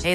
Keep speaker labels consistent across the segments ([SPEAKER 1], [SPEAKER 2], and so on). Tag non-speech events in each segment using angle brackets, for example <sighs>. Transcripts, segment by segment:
[SPEAKER 1] Hey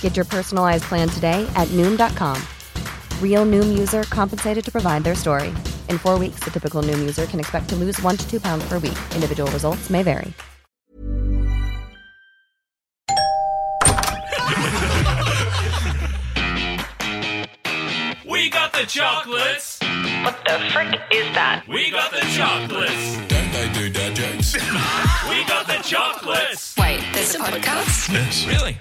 [SPEAKER 2] Get your personalized plan today at Noom.com. Real Noom user compensated to provide their story. In four weeks, the typical Noom user can expect to lose one to two pounds per week. Individual results may vary.
[SPEAKER 3] We got the chocolates.
[SPEAKER 4] What the frick is that?
[SPEAKER 3] We got the chocolates.
[SPEAKER 5] Don't they do dad jokes?
[SPEAKER 3] We got the chocolates.
[SPEAKER 4] Wait, there's a podcast?
[SPEAKER 3] Really?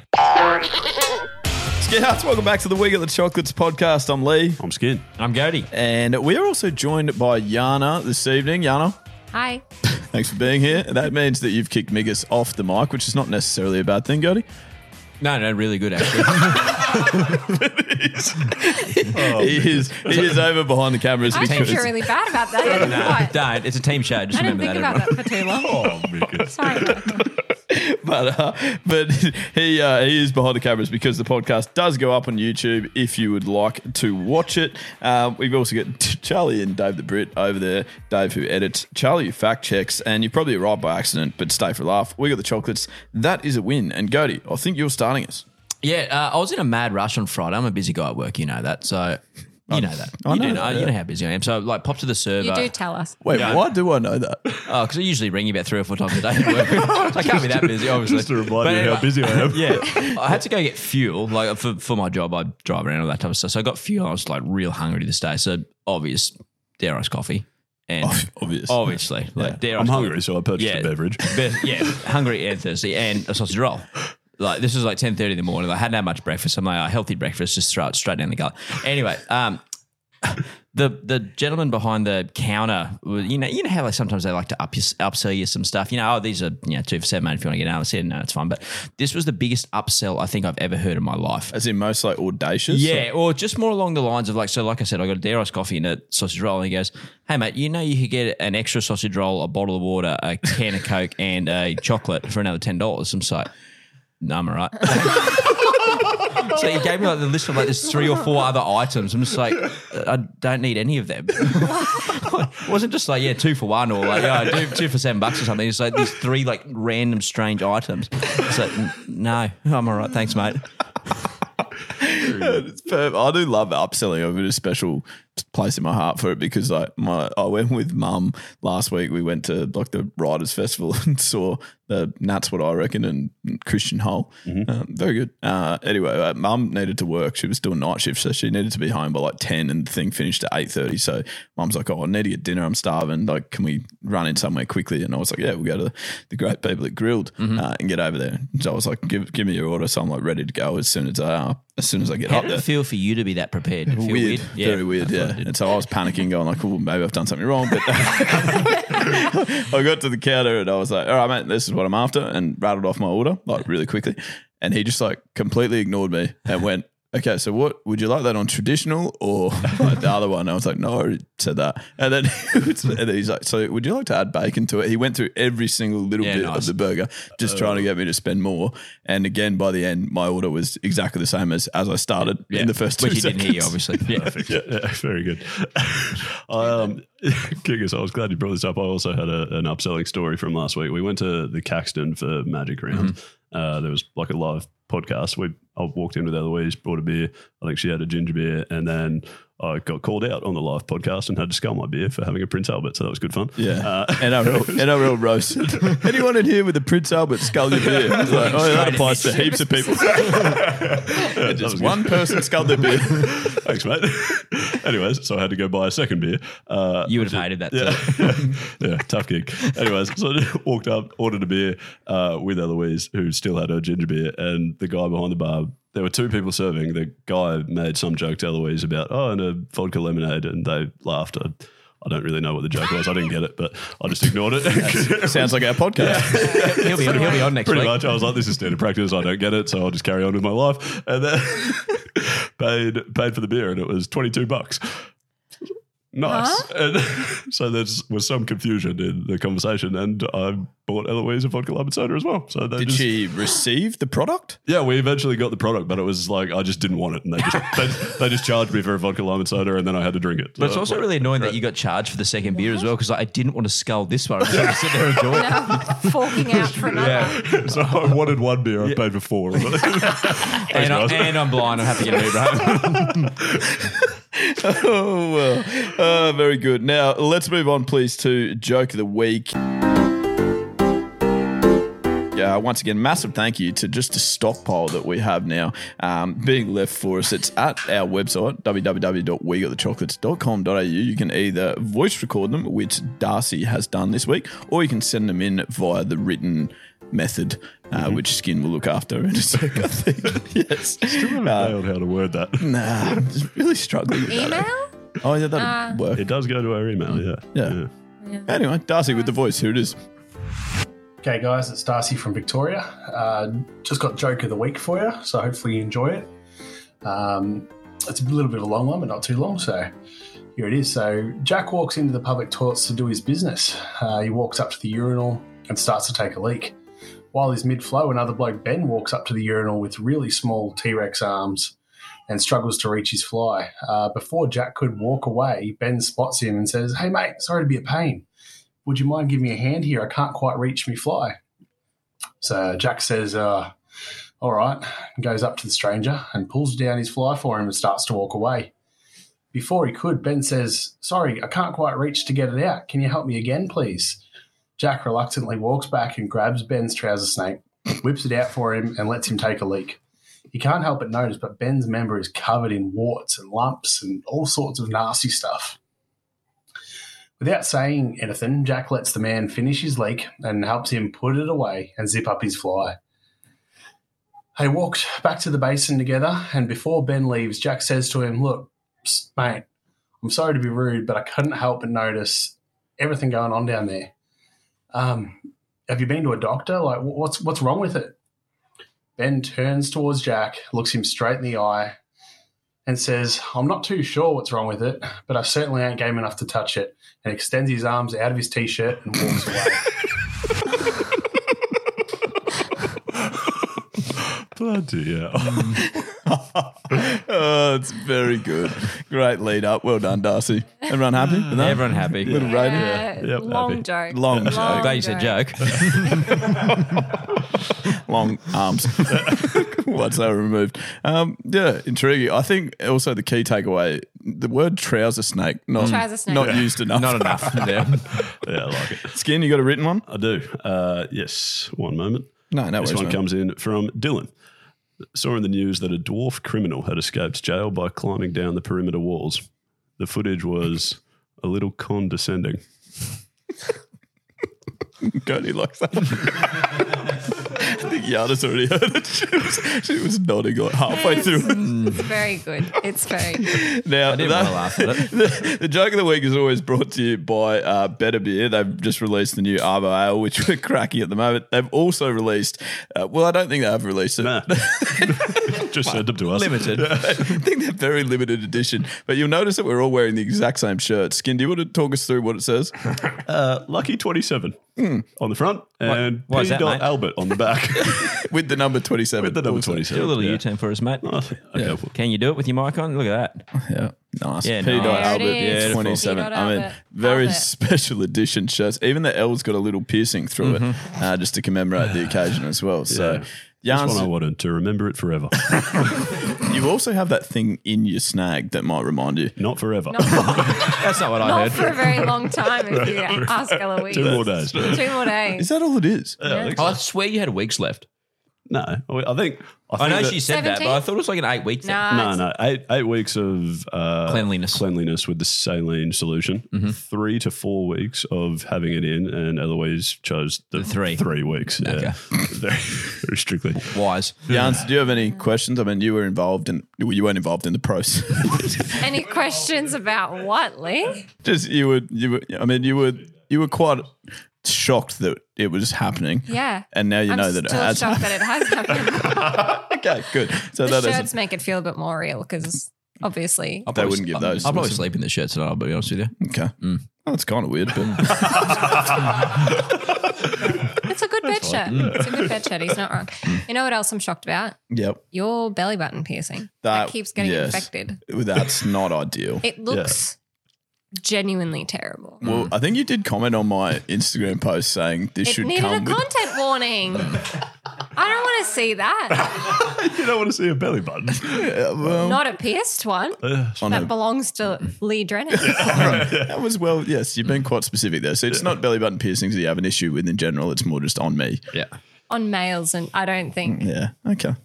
[SPEAKER 6] Skouts, welcome back to the Week at the Chocolates podcast. I'm Lee,
[SPEAKER 7] I'm scared.
[SPEAKER 8] I'm Gody.
[SPEAKER 6] and we're also joined by Yana this evening. Yana,
[SPEAKER 9] Hi.
[SPEAKER 6] thanks for being here. That means that you've kicked Migas off the mic, which is not necessarily a bad thing, Gody.
[SPEAKER 8] No, no, really good actually.
[SPEAKER 6] he is he is over behind the cameras.
[SPEAKER 9] I actually
[SPEAKER 6] because-
[SPEAKER 9] feel really bad about that. I don't know
[SPEAKER 8] nah,
[SPEAKER 9] why.
[SPEAKER 8] don't. It's a team show. Just
[SPEAKER 9] I didn't
[SPEAKER 8] remember
[SPEAKER 9] think
[SPEAKER 8] that.
[SPEAKER 9] about that for too long.
[SPEAKER 5] Oh, Mickens.
[SPEAKER 9] Sorry.
[SPEAKER 6] <laughs> but uh, but <laughs> he uh, he is behind the cameras because the podcast does go up on YouTube if you would like to watch it. Um, we've also got <laughs> Charlie and Dave the Brit over there. Dave who edits, Charlie who fact checks, and you probably arrived by accident, but stay for a laugh. We got the chocolates. That is a win. And Goaty, I think you're starting us.
[SPEAKER 8] Yeah, uh, I was in a mad rush on Friday. I'm a busy guy at work. You know that. So you know that.
[SPEAKER 6] I
[SPEAKER 8] you do
[SPEAKER 6] know
[SPEAKER 8] know.
[SPEAKER 6] that,
[SPEAKER 8] You
[SPEAKER 6] yeah.
[SPEAKER 8] know how busy I am. So like, pop to the server.
[SPEAKER 9] You do tell us.
[SPEAKER 6] Wait,
[SPEAKER 8] Yeah.
[SPEAKER 6] why do I know that? <laughs>
[SPEAKER 8] Oh, because I usually ring you about three or four times a day. at work. I can't be that busy, obviously.
[SPEAKER 5] <laughs> Just to remind
[SPEAKER 8] But
[SPEAKER 5] you
[SPEAKER 8] anyway,
[SPEAKER 5] how busy I am.
[SPEAKER 8] <laughs> Yeah, I had to go get fuel like for, for my job. I drive around all that type of stuff. So I got fuel. I was like real hungry this day. So obvious, dare ice coffee, and
[SPEAKER 6] Obvious.
[SPEAKER 8] obviously,
[SPEAKER 5] <laughs>
[SPEAKER 8] like dare
[SPEAKER 5] I'm
[SPEAKER 8] ice coffee.
[SPEAKER 5] hungry, so I purchased a
[SPEAKER 8] <laughs>
[SPEAKER 5] beverage.
[SPEAKER 8] Be- yeah, hungry and thirsty, and a sausage roll. Like this was like ten thirty in the morning. I hadn't had much breakfast. I'm like, a healthy breakfast, just throw it straight down the gullet. Anyway, um, <laughs> the the gentleman behind the counter, was- you know, you know how like sometimes they like to up you, upsell you some stuff. You know, oh, these are you know two for seven, mate. If you want to get out, I said no, it's fine. But this was the biggest upsell I think I've ever heard in my life.
[SPEAKER 6] As in most like audacious.
[SPEAKER 8] Yeah, or just more along the lines of like, so like I said, I got a Dare Ice coffee and a sausage roll, and he goes, "Hey mate, you know you could get an extra sausage roll, a bottle of water, a can of Coke, <laughs> and a chocolate for another ten dollars." I'm just like, "No, I'm alright." <laughs> so he gave me like the list of like there's three or four other items. I'm just like, I don't need any of them. <laughs> it wasn't just like yeah, two for one or like yeah, two, two for seven bucks or something. It's like these three like random strange items. It's like, "N- no, I'm alright, thanks mate.
[SPEAKER 6] <laughs> It's perfect. I do love upselling. I've got a special place in my heart for it because I my I went with mum last week. We went to like the Riders Festival <laughs> and saw the Nats What I Reckon and Christian Hull. Um, very good. Uh, anyway, uh, mum needed to work. She was doing night shift, so she needed to be home by like ten, and the thing finished at eight thirty. So mum's like, "Oh, I need to get dinner. I'm starving. Like, can we run in somewhere quickly?" And I was like, "Yeah, we'll go to the great people at Grilled
[SPEAKER 8] Mm-hmm.
[SPEAKER 6] uh, and get over there." So I was like, "Give give me your order." So I'm like ready to go as soon as I uh, as soon as I get
[SPEAKER 8] How
[SPEAKER 6] up
[SPEAKER 8] did
[SPEAKER 6] there.
[SPEAKER 8] it feel for you to be that prepared? Feel
[SPEAKER 6] weird,
[SPEAKER 8] Yeah.
[SPEAKER 6] very weird. Yeah, and so I was panicking, going like, "Oh, maybe I've done something wrong." But <laughs> I got to the counter and I was like, "All right, mate, this is what I'm after," and rattled off my order like really quickly. And he just like completely ignored me and went, "Okay, so what would you like that on traditional or <laughs> like the other one?" And I was like, "No, I already said that." And then, <laughs> and then he's like, "So would you like to add bacon to it?" He went through every single little
[SPEAKER 8] Yeah,
[SPEAKER 6] bit of
[SPEAKER 8] nice. Oh.
[SPEAKER 6] the burger, just trying to get me to spend more. And again, by the end, my order was exactly the same as as I started
[SPEAKER 8] Yeah.
[SPEAKER 6] in the first two
[SPEAKER 8] Which he
[SPEAKER 6] seconds.
[SPEAKER 8] didn't hear you, obviously. Yeah.
[SPEAKER 5] Perfect. Yeah, yeah, very good. um, Gigas, I was glad you brought this up. I also had a, an upselling story from last week. We went to the Caxton for Magic Round. Uh, there was like a live podcast. We I walked in with Eloise, brought a beer. I think she had a ginger beer, and then I got called out on the live podcast and had to scull my beer for having a Prince Albert. So that was good fun.
[SPEAKER 6] Yeah. <laughs>
[SPEAKER 5] Uh, <laughs>
[SPEAKER 6] NRL, NRL roast. Anyone in here with a Prince Albert scull your beer? It's like, oh, that applies to heaps of people. <laughs>
[SPEAKER 5] that was
[SPEAKER 6] Just
[SPEAKER 5] good.
[SPEAKER 6] one person sculled
[SPEAKER 5] <laughs>
[SPEAKER 6] their beer.
[SPEAKER 5] Thanks, mate. <laughs> Anyways, so I had to go buy a second beer. Uh,
[SPEAKER 8] You would have hated that.
[SPEAKER 5] yeah,
[SPEAKER 8] too.
[SPEAKER 5] <laughs> yeah, tough gig. Anyways, so I <laughs> just walked up, ordered a beer uh, with Eloise, who still had her ginger beer, and the guy behind the bar. There were two people serving. The guy made some joke to Eloise about oh, and a vodka lemonade, and they laughed. I, I don't really know what the joke was. I didn't get it, but I just ignored it. <laughs>
[SPEAKER 6] Sounds like our podcast.
[SPEAKER 8] He'll be, he'll be on next
[SPEAKER 5] Pretty
[SPEAKER 8] week.
[SPEAKER 5] much. I was like, this is standard practice. I don't get it, so I'll just carry on with my life. And then <laughs> paid paid for the beer, and it was twenty two bucks. Nice. And <laughs> so there was some confusion in the conversation, and I bought Eloise a vodka lime and soda as well. So they
[SPEAKER 6] Did
[SPEAKER 5] just,
[SPEAKER 6] she receive the product?
[SPEAKER 5] yeah, we eventually got the product, but it was like I just didn't want it, and
[SPEAKER 8] <laughs>
[SPEAKER 5] they just they, they just charged me for a vodka lime and soda, and then I had to drink it.
[SPEAKER 8] But it's
[SPEAKER 5] So-
[SPEAKER 8] also
[SPEAKER 5] <laughs>
[SPEAKER 8] really annoying that you got charged for the second beer as well because like, I didn't want to scull this one. I just wanted to sit there and enjoy it.
[SPEAKER 7] forking out for another.
[SPEAKER 5] so I wanted one beer, I paid
[SPEAKER 8] <laughs>
[SPEAKER 5] for four. <laughs> Thanks,
[SPEAKER 8] And, I, <laughs>
[SPEAKER 5] guys.
[SPEAKER 8] and I'm blind. I have to get an Uber home.
[SPEAKER 6] <laughs> Oh, well. Uh, very good. Now, let's move on, please, to Joke of the Week. Uh, once again, massive thank you to just the stockpile that we have now um, being left for us. It's at our website, www.wegotthechocolates.com.au. You can either voice record them, which Darcy has done this week, or you can send them in via the written method, uh,
[SPEAKER 8] Mm-hmm.
[SPEAKER 6] which Skin will look after in a sec, I think. <laughs> yes.
[SPEAKER 5] I
[SPEAKER 6] Uh,
[SPEAKER 5] failed how to word that.
[SPEAKER 6] nah, I'm just really struggling with that.
[SPEAKER 7] Email?
[SPEAKER 6] Oh, yeah, that'd work.
[SPEAKER 5] It does go to our email, yeah.
[SPEAKER 6] Yeah. Anyway, Darcy with the voice. Here it is.
[SPEAKER 10] Okay, guys, it's Darcy from Victoria. Uh, just got joke of the week for you, so hopefully you enjoy it. Um, it's a little bit of a long one, but not too long, so here it is. So Jack walks into the public toilets to do his business. Uh, he walks up to the urinal and starts to take a leak. While he's mid-flow, another bloke, Ben, walks up to the urinal with really small T-Rex arms and struggles to reach his fly. Uh, before Jack could walk away, Ben spots him and says, hey, mate, sorry to be a pain would you mind giving me a hand here? I can't quite reach me fly. So Jack says, uh, all right, and goes up to the stranger and pulls down his fly for him and starts to walk away. Before he could, Ben says, sorry, I can't quite reach to get it out. Can you help me again, please? Jack reluctantly walks back and grabs Ben's trouser snake, whips it out for him, and lets him take a leak. He can't help but notice, but Ben's member is covered in warts and lumps and all sorts of nasty stuff. Without saying anything, Jack lets the man finish his leak and helps him put it away and zip up his fly. They walk back to the basin together, and before Ben leaves, Jack says to him, Look, psst, mate, I'm sorry to be rude, but I couldn't help but notice everything going on down there. Um, have you been to a doctor? Like, wh- what's, what's wrong with it? Ben turns towards Jack, looks him straight in the eye, and says, I'm not too sure what's wrong with it, but I certainly ain't game enough to touch it and extends his arms out of his t-shirt and walks away.
[SPEAKER 5] Bloody hell. <laughs>
[SPEAKER 6] oh, it's very good. Great lead up. Well done, Darcy. Everyone happy? with that?
[SPEAKER 8] Everyone happy.
[SPEAKER 6] Little rating.
[SPEAKER 7] Yeah,
[SPEAKER 5] Yep,
[SPEAKER 7] long
[SPEAKER 5] happy.
[SPEAKER 7] joke.
[SPEAKER 6] Long
[SPEAKER 8] I'm
[SPEAKER 6] joke.
[SPEAKER 8] glad you said joke.
[SPEAKER 6] Long arms. <laughs> Once they were removed. Um, yeah, intriguing. I think also the key takeaway the word trouser snake, not,
[SPEAKER 7] Trouser snake.
[SPEAKER 6] not used enough.
[SPEAKER 8] Not
[SPEAKER 6] <laughs>
[SPEAKER 8] enough. Yeah.
[SPEAKER 5] Yeah, I like it.
[SPEAKER 6] Skin, you got a written one?
[SPEAKER 5] I do. Uh, yes, one moment.
[SPEAKER 6] No, no
[SPEAKER 5] This
[SPEAKER 6] worries,
[SPEAKER 5] one
[SPEAKER 6] mate.
[SPEAKER 5] comes in from Dylan. Saw in the news that a dwarf criminal had escaped jail by climbing down the perimeter walls. The footage was a little condescending.
[SPEAKER 6] Cody likes that. <laughs> I think Yada's already heard it. <laughs> She was, she was nodding like halfway
[SPEAKER 7] It's,
[SPEAKER 6] through it.
[SPEAKER 8] Mm.
[SPEAKER 7] it's very good. It's very good.
[SPEAKER 6] Now,
[SPEAKER 8] I didn't
[SPEAKER 6] that-
[SPEAKER 8] want to laugh at it.
[SPEAKER 6] <laughs> the, the joke of the week is always brought to you by uh, Better Beer. They've just released the new Arvo Ale, which we're cracking at the moment. They've also released, uh, well, I don't think they have released it.
[SPEAKER 5] Nah. <laughs> Just sent them to us.
[SPEAKER 8] Limited.
[SPEAKER 6] <laughs> I think they're very limited edition, but you'll notice that we're all wearing the exact same shirt. Skin, do you want to talk us through what it says?
[SPEAKER 5] Uh, Lucky 27 on the front and
[SPEAKER 8] Hmm. why
[SPEAKER 5] P.
[SPEAKER 8] is that,
[SPEAKER 5] Dot
[SPEAKER 8] mate?
[SPEAKER 5] Albert on the back
[SPEAKER 8] <laughs>
[SPEAKER 5] <laughs>
[SPEAKER 6] With the number 27.
[SPEAKER 5] with the number
[SPEAKER 6] also.
[SPEAKER 5] 27.
[SPEAKER 8] Do a little
[SPEAKER 5] yeah.
[SPEAKER 8] U-turn for us, mate.
[SPEAKER 5] Nice. Okay, well,
[SPEAKER 8] Can you do it with your mic on? Look at that.
[SPEAKER 6] Yeah. Nice.
[SPEAKER 8] Yeah,
[SPEAKER 6] P.
[SPEAKER 8] nice.
[SPEAKER 6] Dot
[SPEAKER 8] There it
[SPEAKER 6] Albert,
[SPEAKER 7] is.
[SPEAKER 6] yeah,
[SPEAKER 7] Beautiful.
[SPEAKER 6] 27.
[SPEAKER 7] P. Dot
[SPEAKER 6] I mean,
[SPEAKER 7] Albert.
[SPEAKER 6] very
[SPEAKER 7] Love it.
[SPEAKER 6] special edition
[SPEAKER 7] Mm-hmm.
[SPEAKER 6] shirts. Even the L's got a little piercing through it uh, just to commemorate the occasion as well. So
[SPEAKER 5] This one I wanted to remember
[SPEAKER 8] <laughs>
[SPEAKER 5] it forever.
[SPEAKER 6] you also have that thing in your snag that might remind you.
[SPEAKER 5] Not forever.
[SPEAKER 6] That's
[SPEAKER 8] not what
[SPEAKER 7] Not for a very long time, if you ask Eloise.
[SPEAKER 5] Two more days.
[SPEAKER 7] Two more days.
[SPEAKER 6] that all it is?
[SPEAKER 7] Yeah, I think
[SPEAKER 8] I swear you had weeks left.
[SPEAKER 5] No, I think. I,
[SPEAKER 8] know
[SPEAKER 5] think that-
[SPEAKER 8] she said that, but I thought it was like an eight week thing.
[SPEAKER 5] No, no, eight eight weeks of uh,
[SPEAKER 8] cleanliness, Mm-hmm.
[SPEAKER 5] cleanliness with the saline solution. Three to four weeks of having it in, and Eloise chose the, three three weeks. Yeah, <laughs> very, very strictly
[SPEAKER 8] wise.
[SPEAKER 6] Jans, do you have any questions? I mean, you were involved in, well, you weren't involved in the process. <laughs>
[SPEAKER 7] Any questions about what, Lee?
[SPEAKER 6] Just you were, you were. I mean, you were, you were quite shocked that it was happening.
[SPEAKER 7] Yeah.
[SPEAKER 6] And now you
[SPEAKER 7] I'm
[SPEAKER 6] know that it
[SPEAKER 7] still
[SPEAKER 6] has.
[SPEAKER 7] shocked that it has happened.
[SPEAKER 6] <laughs> okay, good. So
[SPEAKER 7] the
[SPEAKER 6] that is.
[SPEAKER 7] shirts make it feel a bit more real because obviously.
[SPEAKER 8] I'll probably- I'll probably sleep in the shirts tonight. I'll be honest with you.
[SPEAKER 6] Okay.
[SPEAKER 8] Mm.
[SPEAKER 6] Oh, it's kind of weird, but
[SPEAKER 8] <laughs>
[SPEAKER 7] It's a good bed shirt.
[SPEAKER 6] fine. Mm.
[SPEAKER 7] It's a good bed shirt. He's not wrong. You know what else I'm shocked about?
[SPEAKER 6] yep.
[SPEAKER 7] Your belly button piercing. That, keeps getting infected.
[SPEAKER 6] That's not ideal.
[SPEAKER 7] It looks genuinely terrible.
[SPEAKER 6] Well, I think you did comment on my Instagram post saying this
[SPEAKER 7] it
[SPEAKER 6] should
[SPEAKER 7] needed a
[SPEAKER 6] come. with-
[SPEAKER 7] content warning. I don't want to see that.
[SPEAKER 5] you don't want to see a
[SPEAKER 8] <laughs>
[SPEAKER 5] belly button.
[SPEAKER 7] not a pierced one.
[SPEAKER 6] on
[SPEAKER 7] that
[SPEAKER 6] a-
[SPEAKER 7] belongs to Lee Drennan.
[SPEAKER 8] <laughs>
[SPEAKER 6] <laughs> that was well. Yes, you've been quite specific there. So it's not belly button piercings that you have an issue with in general. It's more just on me.
[SPEAKER 8] Yeah.
[SPEAKER 7] On males, and I don't think
[SPEAKER 6] Yeah. Okay.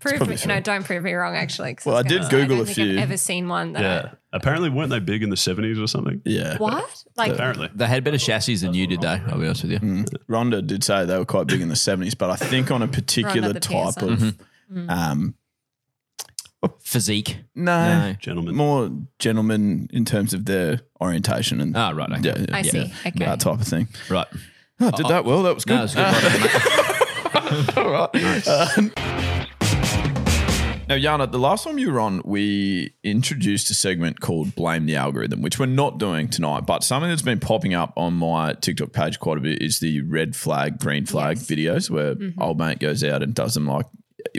[SPEAKER 7] prove
[SPEAKER 6] Mm, probably
[SPEAKER 7] me. No, don't prove me wrong. Actually, 'cause
[SPEAKER 5] Well,
[SPEAKER 7] was
[SPEAKER 5] I
[SPEAKER 7] gonna
[SPEAKER 5] did
[SPEAKER 7] say,
[SPEAKER 5] Google
[SPEAKER 7] I
[SPEAKER 5] a
[SPEAKER 7] don't think
[SPEAKER 5] few.
[SPEAKER 7] I've ever seen one that.
[SPEAKER 5] Yeah. Apparently, weren't they big in the seventies or something?
[SPEAKER 6] Yeah.
[SPEAKER 7] What? Like
[SPEAKER 5] apparently
[SPEAKER 8] they had better chassis than you did, though. I'll be honest with you.
[SPEAKER 6] Mm. Rhonda did say they were quite big in the seventies, but I think on a particular
[SPEAKER 8] the
[SPEAKER 6] type
[SPEAKER 8] piercer.
[SPEAKER 6] of
[SPEAKER 8] Mhm.
[SPEAKER 6] um,
[SPEAKER 8] physique.
[SPEAKER 6] No,
[SPEAKER 8] No.
[SPEAKER 5] gentlemen.
[SPEAKER 6] More gentlemen in terms of their orientation and
[SPEAKER 8] ah, right.
[SPEAKER 6] Yeah, yeah,
[SPEAKER 8] I
[SPEAKER 6] yeah.
[SPEAKER 8] see. Okay.
[SPEAKER 6] That type of thing.
[SPEAKER 8] Right.
[SPEAKER 6] I did that well. That was good.
[SPEAKER 8] Uh, No, it was good.
[SPEAKER 6] All right. Um, now, Yana, the last time you were on, we introduced a segment called Blame the Algorithm, which we're not doing tonight. But something that's been popping up on my TikTok page quite a bit is the red flag, green flag videos where
[SPEAKER 11] Mhm.
[SPEAKER 6] old mate goes out and does them like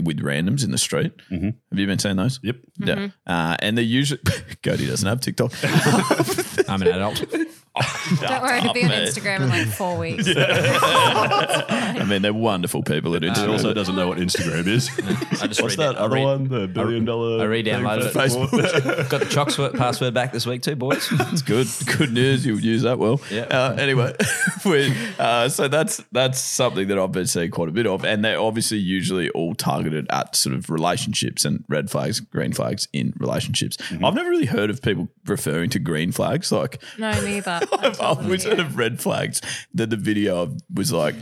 [SPEAKER 6] with randoms in the street. Have you been seeing those?
[SPEAKER 5] Yep.
[SPEAKER 6] Yeah. Uh, and they usually, <laughs> Cody doesn't have TikTok.
[SPEAKER 8] I'm an adult.
[SPEAKER 7] Don't worry, it'll be on Instagram in like four
[SPEAKER 6] <laughs>
[SPEAKER 7] weeks.
[SPEAKER 6] I mean, they're wonderful people at Instagram.
[SPEAKER 5] also doesn't know what Instagram
[SPEAKER 8] <laughs>
[SPEAKER 5] is. What's that other one? The billion dollar.
[SPEAKER 8] I re-downloaded it.
[SPEAKER 5] thing for
[SPEAKER 8] <laughs> Got the Chocksword password back this week too, boys.
[SPEAKER 6] It's good. Good news. You'll use that well. Yeah. Uh, anyway, <laughs> we, uh, so that's that's something that I've been seeing quite a bit of, and they're obviously usually all targeted at sort of relationships and red flags, green flags in relationships. I've never really heard of people referring to green flags. Like <laughs>
[SPEAKER 7] No, neither.
[SPEAKER 6] I've always heard of red flags. That the video of- was like.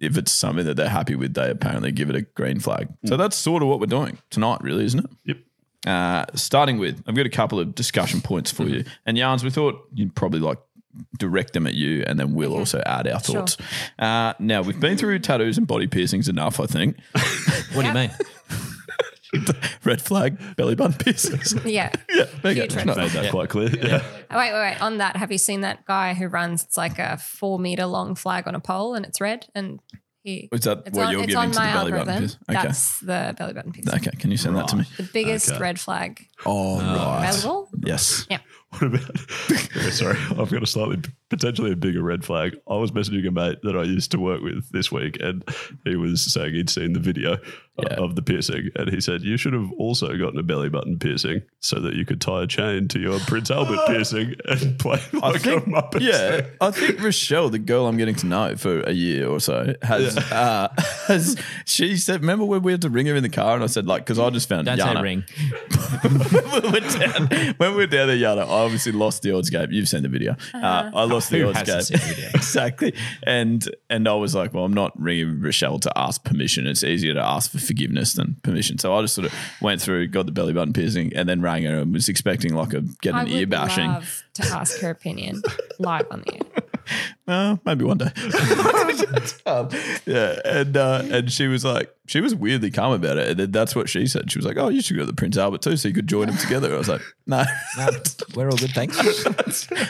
[SPEAKER 6] If it's something that they're happy with, they apparently give it a green flag. So that's sort of what we're doing tonight, really, isn't it?
[SPEAKER 5] Yep.
[SPEAKER 6] Uh, starting with, I've got a couple of discussion points for you. And Yarns, we thought you'd probably like direct them at you, and then we'll also add our
[SPEAKER 8] Sure.
[SPEAKER 6] thoughts. Uh, now, we've been through tattoos and body piercings enough, I think.
[SPEAKER 8] What do you mean?
[SPEAKER 6] Red flag, belly button piercings. <laughs>
[SPEAKER 7] Yeah.
[SPEAKER 6] yeah, there you
[SPEAKER 7] Huge
[SPEAKER 6] go.
[SPEAKER 7] red flag.
[SPEAKER 5] Made that quite clear.
[SPEAKER 7] Oh, wait, wait, wait. On that, have you seen that guy who runs? It's like a four meter long flag on a pole, and it's red. And he.
[SPEAKER 6] Oh, Is that
[SPEAKER 7] it's
[SPEAKER 6] what you're
[SPEAKER 7] it's
[SPEAKER 6] giving to the
[SPEAKER 7] my
[SPEAKER 6] belly button piece? Okay.
[SPEAKER 7] That's the belly button piece.
[SPEAKER 6] Okay, can you send that to me?
[SPEAKER 7] The biggest
[SPEAKER 6] Okay.
[SPEAKER 7] red flag
[SPEAKER 6] Oh, right.
[SPEAKER 7] available.
[SPEAKER 6] Yes.
[SPEAKER 7] Yeah.
[SPEAKER 5] What about? <laughs> Yeah, sorry, I've got a slightly potentially a bigger red flag. I was messaging a mate that I used to work with this week, and he was saying he'd seen the video uh, of the piercing, and he said you should have also gotten a belly button piercing so that you could tie a chain to your Prince Albert piercing and play like a Muppet.
[SPEAKER 6] Yeah, I think Rochelle, the girl I'm getting to know for a year or so, has uh, <laughs> has she said? Remember when we had to ring her in the car, and I said like because I just found
[SPEAKER 8] Don't say
[SPEAKER 6] Yana.
[SPEAKER 8] ring.
[SPEAKER 6] <laughs> when we were down there, Yana, I obviously lost the odds game. You've seen the video. Uh,
[SPEAKER 7] Uh-huh.
[SPEAKER 6] I lost the
[SPEAKER 8] Who
[SPEAKER 6] odds
[SPEAKER 8] hasn't
[SPEAKER 6] game <laughs> exactly, and and I was like, well, I'm not ringing Rochelle to ask permission. It's easier to ask for forgiveness than permission. So I just sort of went through, got the belly button piercing, and then rang her and was expecting like a get
[SPEAKER 7] I
[SPEAKER 6] an
[SPEAKER 7] would
[SPEAKER 6] ear bashing.
[SPEAKER 7] love to ask her opinion live on the air.
[SPEAKER 6] <laughs> Uh, maybe one day. <laughs> Um, yeah, and uh, and she was like, she was weirdly calm about it, and then that's what she said. She was like, "Oh, you should go to the Prince Albert too, so you could join them together." I was like, <laughs> "No,
[SPEAKER 8] we're all good, thanks."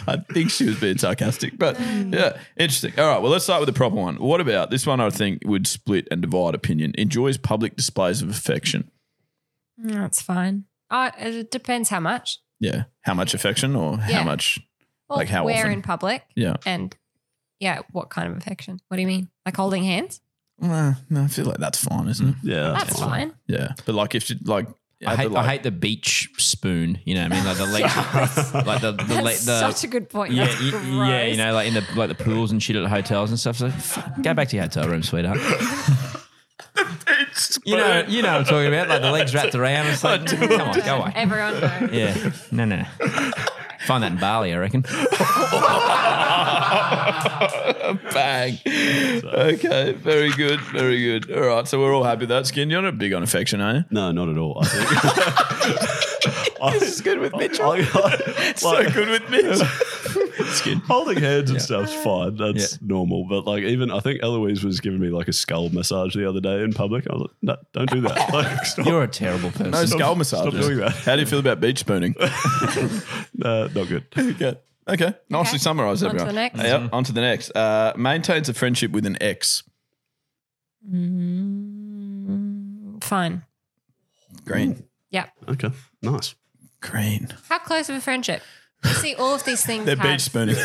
[SPEAKER 6] I think she was being sarcastic, but yeah, interesting. All right, well, let's start with the proper one. What about this one? I think would split and divide opinion. Enjoys public displays of affection.
[SPEAKER 7] Mm, That's fine. Uh, it depends how much.
[SPEAKER 6] Yeah, how much affection or
[SPEAKER 7] Yeah.
[SPEAKER 6] how much?
[SPEAKER 7] Well,
[SPEAKER 6] like how
[SPEAKER 7] where
[SPEAKER 6] often?
[SPEAKER 7] in public.
[SPEAKER 6] Yeah.
[SPEAKER 7] And yeah, what kind of affection? What do you mean? Like holding hands?
[SPEAKER 6] Nah, no, I feel like that's fine, isn't it?
[SPEAKER 5] Yeah,
[SPEAKER 7] that's That's fine. fine.
[SPEAKER 6] Yeah, but like if you like,
[SPEAKER 8] I hate, I hate the beach spoon. You know, what I mean, like the
[SPEAKER 7] <laughs>
[SPEAKER 6] <laughs>
[SPEAKER 8] leg, like the the,
[SPEAKER 7] That's
[SPEAKER 8] le- the
[SPEAKER 7] such a good point. <laughs>
[SPEAKER 8] Yeah,
[SPEAKER 7] That's
[SPEAKER 8] y-
[SPEAKER 7] gross.
[SPEAKER 8] yeah, you know, like in the like the pools and shit at hotels and stuff. So fuck, go back to your hotel room, sweetheart. you know, you know, what I'm talking about like the legs wrapped around. It's like, come on, go away. <laughs>
[SPEAKER 7] Everyone knows.
[SPEAKER 8] Yeah, no, no. Find that in Bali, I reckon.
[SPEAKER 6] <laughs> Bang. Okay, very good, very good. All right, so we're all happy with that. Skin, you're not big on affection, are you? <laughs>
[SPEAKER 5] No, not at all. I <laughs>
[SPEAKER 6] think. this is good with Mitchell.
[SPEAKER 8] Oh,
[SPEAKER 6] so good with Mitch.
[SPEAKER 5] Holding hands and stuff's fine. That's normal. But like, even I think Eloise was giving me like a skull massage the other day in public. I was like, no, don't do that.
[SPEAKER 7] <laughs>
[SPEAKER 5] Like,
[SPEAKER 8] <laughs>
[SPEAKER 5] stop.
[SPEAKER 8] You're a terrible person.
[SPEAKER 6] No
[SPEAKER 5] Stop-
[SPEAKER 6] skull massages.
[SPEAKER 5] Stop doing that.
[SPEAKER 6] How do you feel about beach spooning?
[SPEAKER 5] uh, not good.
[SPEAKER 6] Okay. Okay. Nicely summarised,
[SPEAKER 7] On to
[SPEAKER 6] everyone.
[SPEAKER 7] the next.
[SPEAKER 6] Yep. On to the next. Uh, maintains a friendship with an ex.
[SPEAKER 7] Fine.
[SPEAKER 6] Green.
[SPEAKER 7] Yep.
[SPEAKER 5] Okay. Nice.
[SPEAKER 6] Green.
[SPEAKER 7] How close of a friendship? You see, all of these things
[SPEAKER 6] They're
[SPEAKER 7] have-
[SPEAKER 6] beach spooning.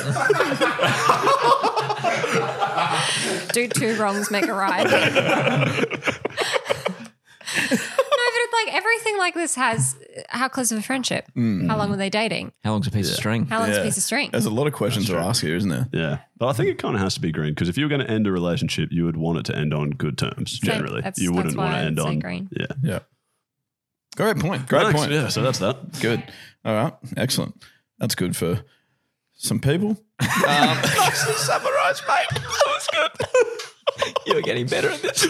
[SPEAKER 7] <laughs> do two wrongs make
[SPEAKER 8] <laughs>
[SPEAKER 7] a right. <laughs> No, but it's like everything like this has uh, how close of a friendship?
[SPEAKER 6] Mm.
[SPEAKER 7] How long were they dating?
[SPEAKER 8] How long's a piece of string?
[SPEAKER 7] How long's a piece of string?
[SPEAKER 6] There's a lot of questions to ask here, isn't there?
[SPEAKER 5] Yeah. But I think it kind of has to be green because if you were going to end a relationship, you would want it to end on good terms
[SPEAKER 7] Same.
[SPEAKER 5] generally.
[SPEAKER 7] That's-
[SPEAKER 5] you
[SPEAKER 7] that's
[SPEAKER 5] wouldn't
[SPEAKER 7] why
[SPEAKER 5] want
[SPEAKER 7] I
[SPEAKER 5] to
[SPEAKER 7] would
[SPEAKER 5] end
[SPEAKER 7] say
[SPEAKER 5] on
[SPEAKER 7] green.
[SPEAKER 5] Yeah.
[SPEAKER 6] Yeah. Great point. Great
[SPEAKER 5] Thanks.
[SPEAKER 6] point.
[SPEAKER 5] Yeah. So that's that.
[SPEAKER 6] Good. All right. Excellent. That's good for some people. <laughs> Nicely summarised, mate. That was good.
[SPEAKER 8] You're getting better at this.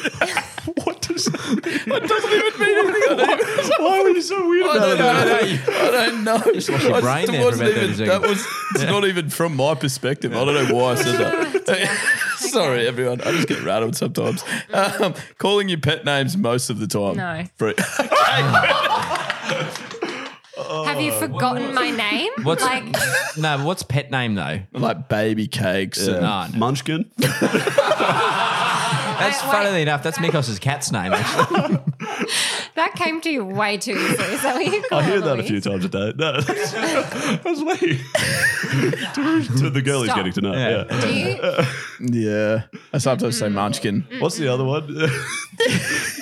[SPEAKER 5] what does
[SPEAKER 6] that doesn't even mean anything? I don't even-
[SPEAKER 7] Oh,
[SPEAKER 5] Why were you so weird
[SPEAKER 6] I don't,
[SPEAKER 5] about
[SPEAKER 6] know.
[SPEAKER 5] it?
[SPEAKER 6] I don't know.
[SPEAKER 8] Just lost your
[SPEAKER 6] I-
[SPEAKER 8] brain
[SPEAKER 6] it
[SPEAKER 8] there for
[SPEAKER 6] wasn't
[SPEAKER 8] about 30
[SPEAKER 6] even,
[SPEAKER 8] seconds.
[SPEAKER 6] That was it's not even from my perspective. I don't know why I said
[SPEAKER 7] <laughs>
[SPEAKER 6] that. Sorry, everyone. I just get rattled sometimes. Um, calling you pet names most of the time.
[SPEAKER 7] No.
[SPEAKER 6] Free- <laughs>
[SPEAKER 7] Have you forgotten my name?
[SPEAKER 8] What's
[SPEAKER 7] like
[SPEAKER 8] <laughs> <laughs> no? What's pet name though?
[SPEAKER 6] like baby cakes.
[SPEAKER 8] Yeah.
[SPEAKER 6] And,
[SPEAKER 8] No, no.
[SPEAKER 5] Munchkin.
[SPEAKER 8] That's funnily enough. That's Mikos's cat's name. Actually.
[SPEAKER 7] that came to you way too easily. Is that what you call
[SPEAKER 5] I hear
[SPEAKER 7] it,
[SPEAKER 5] that a
[SPEAKER 7] Louise?
[SPEAKER 5] few times a day. <laughs> No, that's, that's me.
[SPEAKER 7] <laughs>
[SPEAKER 5] <laughs> to, to the girl he's
[SPEAKER 7] Stop.
[SPEAKER 5] getting to know.
[SPEAKER 8] Yeah.
[SPEAKER 5] Yeah.
[SPEAKER 7] Do you?
[SPEAKER 6] yeah. I sometimes
[SPEAKER 8] Mm.
[SPEAKER 6] say munchkin.
[SPEAKER 5] What's the other one? <laughs>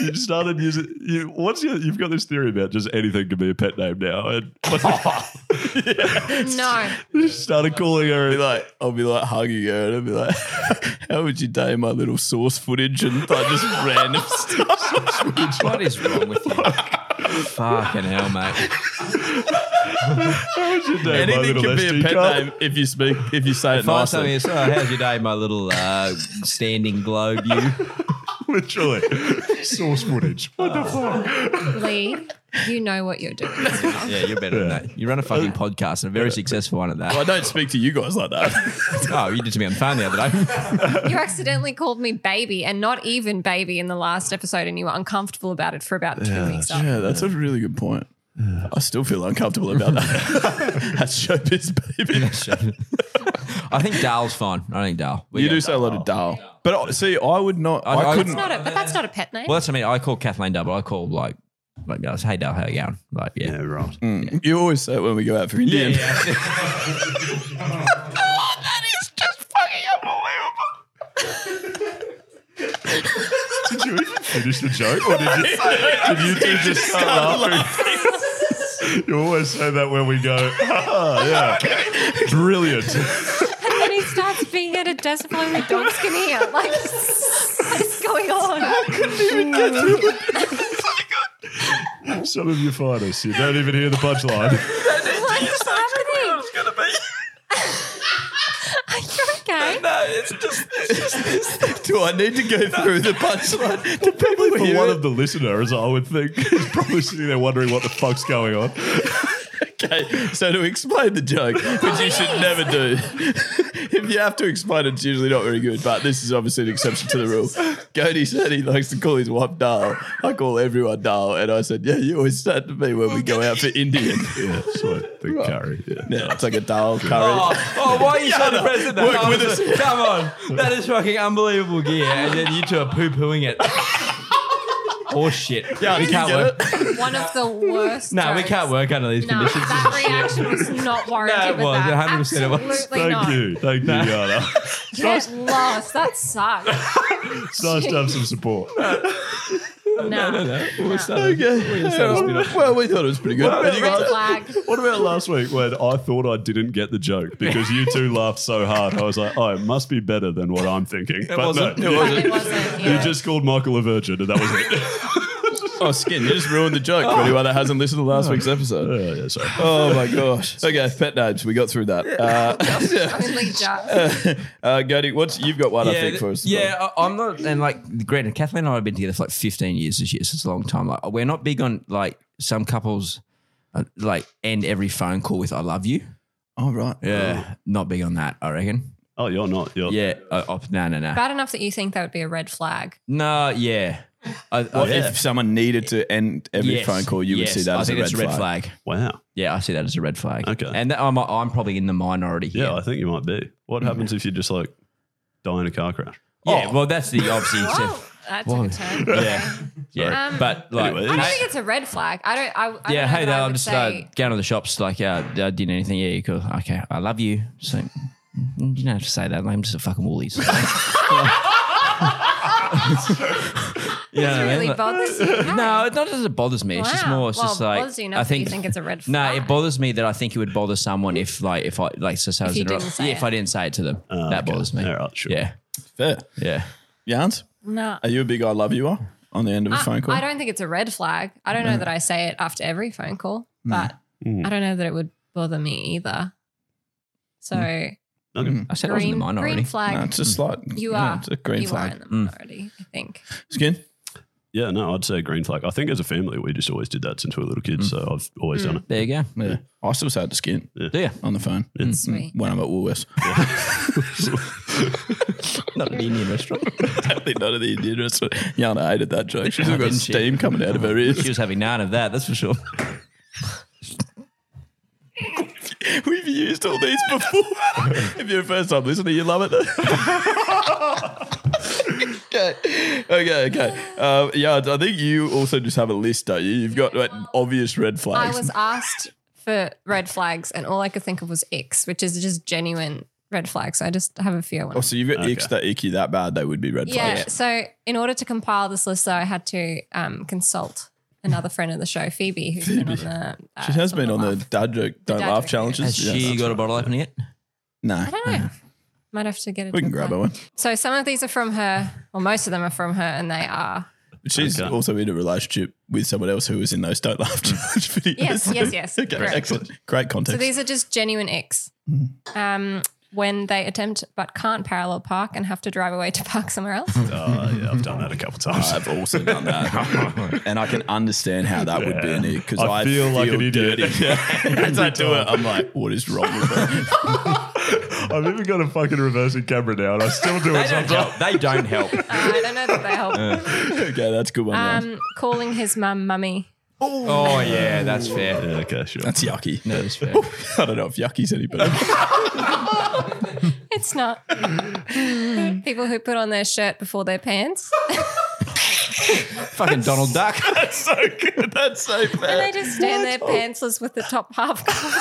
[SPEAKER 5] you started using. You, what's your? You've got this theory about just anything can be a pet name now, and <laughs>
[SPEAKER 7] No.
[SPEAKER 5] you started calling her
[SPEAKER 6] Be like, I'll be like hugging her and I'll be like, <laughs> how would you day my little source footage and like
[SPEAKER 8] <laughs>
[SPEAKER 6] just random stuff?
[SPEAKER 8] what is wrong with you? Fucking hell, mate.
[SPEAKER 6] Anything can be a pet name if you speak, if you say it
[SPEAKER 8] If I was telling
[SPEAKER 6] nicely.
[SPEAKER 8] you, so how's your day, my little uh, standing globe? You
[SPEAKER 5] Literally, source footage. What the fuck?
[SPEAKER 7] Lee, you know what you're doing.
[SPEAKER 8] Yeah, you're better than that. You run a fucking podcast and a very successful one at
[SPEAKER 6] Oh, I
[SPEAKER 8] that.
[SPEAKER 6] don't speak to you guys like that.
[SPEAKER 8] <laughs> Oh, you did to me on the phone the other day.
[SPEAKER 7] <laughs> You accidentally called me baby and not even baby in the last episode, and you were uncomfortable about it for about two weeks. after.
[SPEAKER 6] Yeah, that's a really good point. I still feel uncomfortable about that.
[SPEAKER 5] <laughs>
[SPEAKER 6] that's showbiz, baby.
[SPEAKER 8] I think Dale's fine. I think Dale. We
[SPEAKER 6] You
[SPEAKER 8] go-
[SPEAKER 6] do say a lot
[SPEAKER 5] Oh.
[SPEAKER 6] of dull. But I- see, I would not.
[SPEAKER 8] I-
[SPEAKER 6] I,
[SPEAKER 8] I-
[SPEAKER 6] couldn't.
[SPEAKER 7] It's not a, but that's not a pet name.
[SPEAKER 8] Well, that's what I mean. I call Kathleen Dale, but I call like, like, I say, hey Dale, how you going? Like, yeah.
[SPEAKER 5] Yeah, right.
[SPEAKER 6] Mm, You always say it when we go out for Indian.
[SPEAKER 5] Did you even finish the joke, or did you?
[SPEAKER 6] <laughs>
[SPEAKER 5] did you two just start laughing? you always say that when we go. <laughs> Ah, yeah,
[SPEAKER 6] <laughs>
[SPEAKER 5] brilliant.
[SPEAKER 7] and then he starts being at a decibel and the dogs can hear. Like, what is going on?
[SPEAKER 5] Some of you finest, you don't even hear the punchline.
[SPEAKER 7] What is happening? <laughs> Are you okay?
[SPEAKER 6] Do I need to go through the
[SPEAKER 5] <laughs>
[SPEAKER 6] punchline? Do people
[SPEAKER 5] For
[SPEAKER 6] hear
[SPEAKER 5] one
[SPEAKER 6] it?
[SPEAKER 5] of the listeners, I would think, <laughs> is probably sitting there wondering what the fuck's going on.
[SPEAKER 6] Okay, so to explain the joke, which you should never do, <laughs> if you have to explain it, it's usually not very good, but this is obviously an exception to the rule. Cody said he likes to call his wife Dal. I call everyone Dal, and I said, Yeah, you always say it to me when we go out for Indian.
[SPEAKER 5] <laughs> Yeah, so I think Carrie. Yeah.
[SPEAKER 6] Yeah, it's like a Dal curry.
[SPEAKER 8] Oh, oh, why are you so depressed at that?
[SPEAKER 6] Work with
[SPEAKER 8] Honestly, <laughs> Come on. That is fucking unbelievable gear. And then you two are poo pooing it. Or shit.
[SPEAKER 6] Yeah,
[SPEAKER 8] we
[SPEAKER 6] did you
[SPEAKER 8] can't
[SPEAKER 6] get
[SPEAKER 8] work.
[SPEAKER 7] One of the worst.
[SPEAKER 8] No, we
[SPEAKER 7] jokes.
[SPEAKER 8] can't work under these
[SPEAKER 7] No,
[SPEAKER 8] conditions.
[SPEAKER 7] that
[SPEAKER 8] This is
[SPEAKER 7] reaction
[SPEAKER 8] shit.
[SPEAKER 7] was not warranted.
[SPEAKER 8] No, it
[SPEAKER 7] with
[SPEAKER 8] was.
[SPEAKER 7] that.
[SPEAKER 8] 100% it was.
[SPEAKER 7] Absolutely
[SPEAKER 5] Thank
[SPEAKER 7] not.
[SPEAKER 5] you. Thank you, Yana.
[SPEAKER 7] Get lost. That sucks.
[SPEAKER 5] It's nice to have some support.
[SPEAKER 7] No, no,
[SPEAKER 5] no.
[SPEAKER 6] Well, we thought it was pretty good.
[SPEAKER 5] What
[SPEAKER 6] But
[SPEAKER 5] about,
[SPEAKER 6] you guys-
[SPEAKER 5] what about last week when I thought I didn't get the joke because you
[SPEAKER 6] <laughs>
[SPEAKER 5] two laughed so hard? I was like, oh, it must be better than what I'm thinking. It
[SPEAKER 6] wasn't. It wasn't. It wasn't,
[SPEAKER 5] You
[SPEAKER 6] yeah.
[SPEAKER 5] just called Michael a virgin, and that was it.
[SPEAKER 6] <laughs> oh, skin, you just ruined the joke for anyone that hasn't listened to last week's episode.
[SPEAKER 5] Oh, yeah, sorry.
[SPEAKER 6] Oh, my gosh. Okay, pet names. We got through that. Uh,
[SPEAKER 7] Only just.
[SPEAKER 6] uh, <laughs> Gody, what's, you've got one, I think,
[SPEAKER 8] th-
[SPEAKER 6] for us. as well.
[SPEAKER 8] Yeah, I, I'm not, and like, granted, Kathleen and I have been together for like 15 years this year, so it's a long time. Like, we're not big on like some couples, uh, like end every phone call with "I love you."
[SPEAKER 6] Oh right,
[SPEAKER 8] yeah, not big on that. I reckon.
[SPEAKER 5] Oh, you're not. You're
[SPEAKER 8] yeah. Uh, oh, no, no, no,
[SPEAKER 7] Bad enough that you think that would be a red flag.
[SPEAKER 8] no. Yeah. I, I-
[SPEAKER 6] What
[SPEAKER 8] yeah.
[SPEAKER 6] if someone needed to end every
[SPEAKER 8] Yes,
[SPEAKER 6] phone call? You
[SPEAKER 8] yes.
[SPEAKER 6] would see that
[SPEAKER 8] I
[SPEAKER 6] as
[SPEAKER 8] think
[SPEAKER 6] a red,
[SPEAKER 8] it's a red flag.
[SPEAKER 5] Wow.
[SPEAKER 8] Yeah, I see that as a red flag.
[SPEAKER 5] Okay.
[SPEAKER 8] And that, I'm, I'm probably in the minority here.
[SPEAKER 5] Yeah, Mm-hmm. I think you might be. What happens if you just like die in a car crash?
[SPEAKER 6] Oh.
[SPEAKER 8] Yeah, well, that's the obviously.
[SPEAKER 7] Whoa, that took a turn.
[SPEAKER 6] <laughs>
[SPEAKER 8] Yeah, yeah.
[SPEAKER 7] Um,
[SPEAKER 8] but like,
[SPEAKER 7] I don't think it's a red flag. I don't. I, I
[SPEAKER 8] yeah,
[SPEAKER 7] Don't know
[SPEAKER 8] hey,
[SPEAKER 7] that I
[SPEAKER 8] no,
[SPEAKER 7] would
[SPEAKER 8] I'm just uh,
[SPEAKER 7] say,
[SPEAKER 8] going to the shops. Like, uh, I didn't anything. Yeah, you cool. Okay, I love you. So you don't have to say that. Like, I'm just a fucking <laughs> Woolies. Yeah,
[SPEAKER 7] This really
[SPEAKER 8] <laughs>
[SPEAKER 7] bothers you, hey?
[SPEAKER 8] No, it not just it bothers me. It's just
[SPEAKER 7] Wow.
[SPEAKER 8] more. It's
[SPEAKER 7] Well,
[SPEAKER 8] just like
[SPEAKER 7] bothers you enough that you think it's
[SPEAKER 8] <laughs>
[SPEAKER 7] a red
[SPEAKER 8] No, it bothers me that I think it would bother someone if like if I like so, so I
[SPEAKER 7] If
[SPEAKER 8] was
[SPEAKER 7] you
[SPEAKER 8] in a-
[SPEAKER 7] didn't say
[SPEAKER 8] yeah, if
[SPEAKER 7] it.
[SPEAKER 8] I didn't say it to them.
[SPEAKER 6] Oh,
[SPEAKER 5] Uh,
[SPEAKER 8] that bothers me. Yeah,
[SPEAKER 6] Fair.
[SPEAKER 8] Yeah.
[SPEAKER 6] Yarns?
[SPEAKER 7] No.
[SPEAKER 6] Are you a big I love you are on the end of a
[SPEAKER 7] I-
[SPEAKER 6] phone call?
[SPEAKER 7] Uh, I don't think it's a red flag. I don't
[SPEAKER 8] Mm.
[SPEAKER 7] know that I say it after every phone call,
[SPEAKER 6] Mm.
[SPEAKER 7] but I don't know that it would bother me either. So
[SPEAKER 8] Mm.
[SPEAKER 5] Mm.
[SPEAKER 8] I said I was in the
[SPEAKER 7] Green- green
[SPEAKER 8] minority.
[SPEAKER 7] flag.
[SPEAKER 6] No, it's just like
[SPEAKER 7] you
[SPEAKER 6] yeah,
[SPEAKER 7] are
[SPEAKER 6] It's a green
[SPEAKER 7] you
[SPEAKER 6] flag.
[SPEAKER 7] are
[SPEAKER 8] Mm.
[SPEAKER 7] in the minority, I think.
[SPEAKER 6] Skin?
[SPEAKER 5] Yeah, no, I'd say green flag. I think as a family, we just always did that since we were little kids. So I've always
[SPEAKER 7] Mm.
[SPEAKER 5] done it.
[SPEAKER 8] There you
[SPEAKER 7] <laughs>
[SPEAKER 8] go.
[SPEAKER 6] Yeah. I still say it to skin.
[SPEAKER 5] Yeah.
[SPEAKER 8] Yeah.
[SPEAKER 6] On the phone.
[SPEAKER 5] Yeah.
[SPEAKER 8] Mm.
[SPEAKER 7] Sweet.
[SPEAKER 6] When I'm at Woolworths.
[SPEAKER 8] <laughs> Not an Indian restaurant.
[SPEAKER 6] <laughs> Definitely none of the Indian restaurant. Yana hated that joke.
[SPEAKER 8] <laughs>
[SPEAKER 6] She's all got
[SPEAKER 8] didn't she?
[SPEAKER 6] steam coming out of her ears.
[SPEAKER 8] <laughs> She was having none of that. That's for sure.
[SPEAKER 6] We've used all these before. <laughs> if you're a first time listener, you love it. <laughs> okay, okay, okay. Um, yeah, I think you also just have a list, don't you? You've got like, obvious red
[SPEAKER 7] I
[SPEAKER 6] flags.
[SPEAKER 7] was asked for red flags, and all I could think of was X, which is just genuine red flags. So I just have a few. I want
[SPEAKER 6] oh, so you've got icks that icky that bad, they would be red
[SPEAKER 7] yeah.
[SPEAKER 6] flags.
[SPEAKER 7] So in order to compile this list, though, I had to um, consult another friend of the show, Phoebe, who's been on the. Uh,
[SPEAKER 6] She has been on the dad joke, don't
[SPEAKER 7] dad
[SPEAKER 6] laugh
[SPEAKER 7] joke,
[SPEAKER 6] challenges.
[SPEAKER 8] Has
[SPEAKER 6] Yeah,
[SPEAKER 8] she
[SPEAKER 6] that's
[SPEAKER 8] got a
[SPEAKER 6] right.
[SPEAKER 8] bottle opener yet?
[SPEAKER 6] No.
[SPEAKER 7] I don't
[SPEAKER 6] <laughs>
[SPEAKER 7] know. Might have to get it.
[SPEAKER 6] We can grab her one.
[SPEAKER 7] So some of these are from her, or most of them are from her, and they are
[SPEAKER 6] But She's
[SPEAKER 5] Okay.
[SPEAKER 6] also in a relationship with someone else who was in those don't laugh <laughs> challenge videos.
[SPEAKER 7] Yes, yes, yes.
[SPEAKER 6] <laughs> okay,
[SPEAKER 7] Correct.
[SPEAKER 6] excellent. Great context.
[SPEAKER 7] So these are just genuine icks.
[SPEAKER 6] Mm.
[SPEAKER 7] Um, when they attempt but can't parallel park and have to drive away to park somewhere
[SPEAKER 6] <laughs>
[SPEAKER 7] else.
[SPEAKER 5] Uh, yeah, I've done that a <laughs> couple times.
[SPEAKER 6] I've also done
[SPEAKER 8] <laughs>
[SPEAKER 6] that, and I can understand how that would be an ick because
[SPEAKER 5] I
[SPEAKER 6] I
[SPEAKER 5] feel like an
[SPEAKER 8] <laughs>
[SPEAKER 5] idiot.
[SPEAKER 6] dirty. <laughs> As I do it, I'm like, what is wrong with me?
[SPEAKER 5] I've even got a fucking reversing camera now, and I still do <laughs> it sometimes.
[SPEAKER 8] They don't
[SPEAKER 7] <laughs>
[SPEAKER 8] help.
[SPEAKER 7] I don't know that they help.
[SPEAKER 6] <laughs> okay, that's a good one. Ryan.
[SPEAKER 7] Um, calling his mum mummy.
[SPEAKER 8] oh yeah, that's fair.
[SPEAKER 5] Yeah, okay, <laughs> sure.
[SPEAKER 6] that's yucky.
[SPEAKER 8] That is fair.
[SPEAKER 6] <laughs> I don't know if yucky's any better.
[SPEAKER 5] <laughs>
[SPEAKER 7] It's not. People who put on their shirt before
[SPEAKER 5] <laughs>
[SPEAKER 7] their pants.
[SPEAKER 8] <laughs> Fucking Donald Duck.
[SPEAKER 6] that's so good. That's so
[SPEAKER 7] And
[SPEAKER 6] bad.
[SPEAKER 7] they just stand there
[SPEAKER 5] Oh.
[SPEAKER 7] pantsless with the top half covered.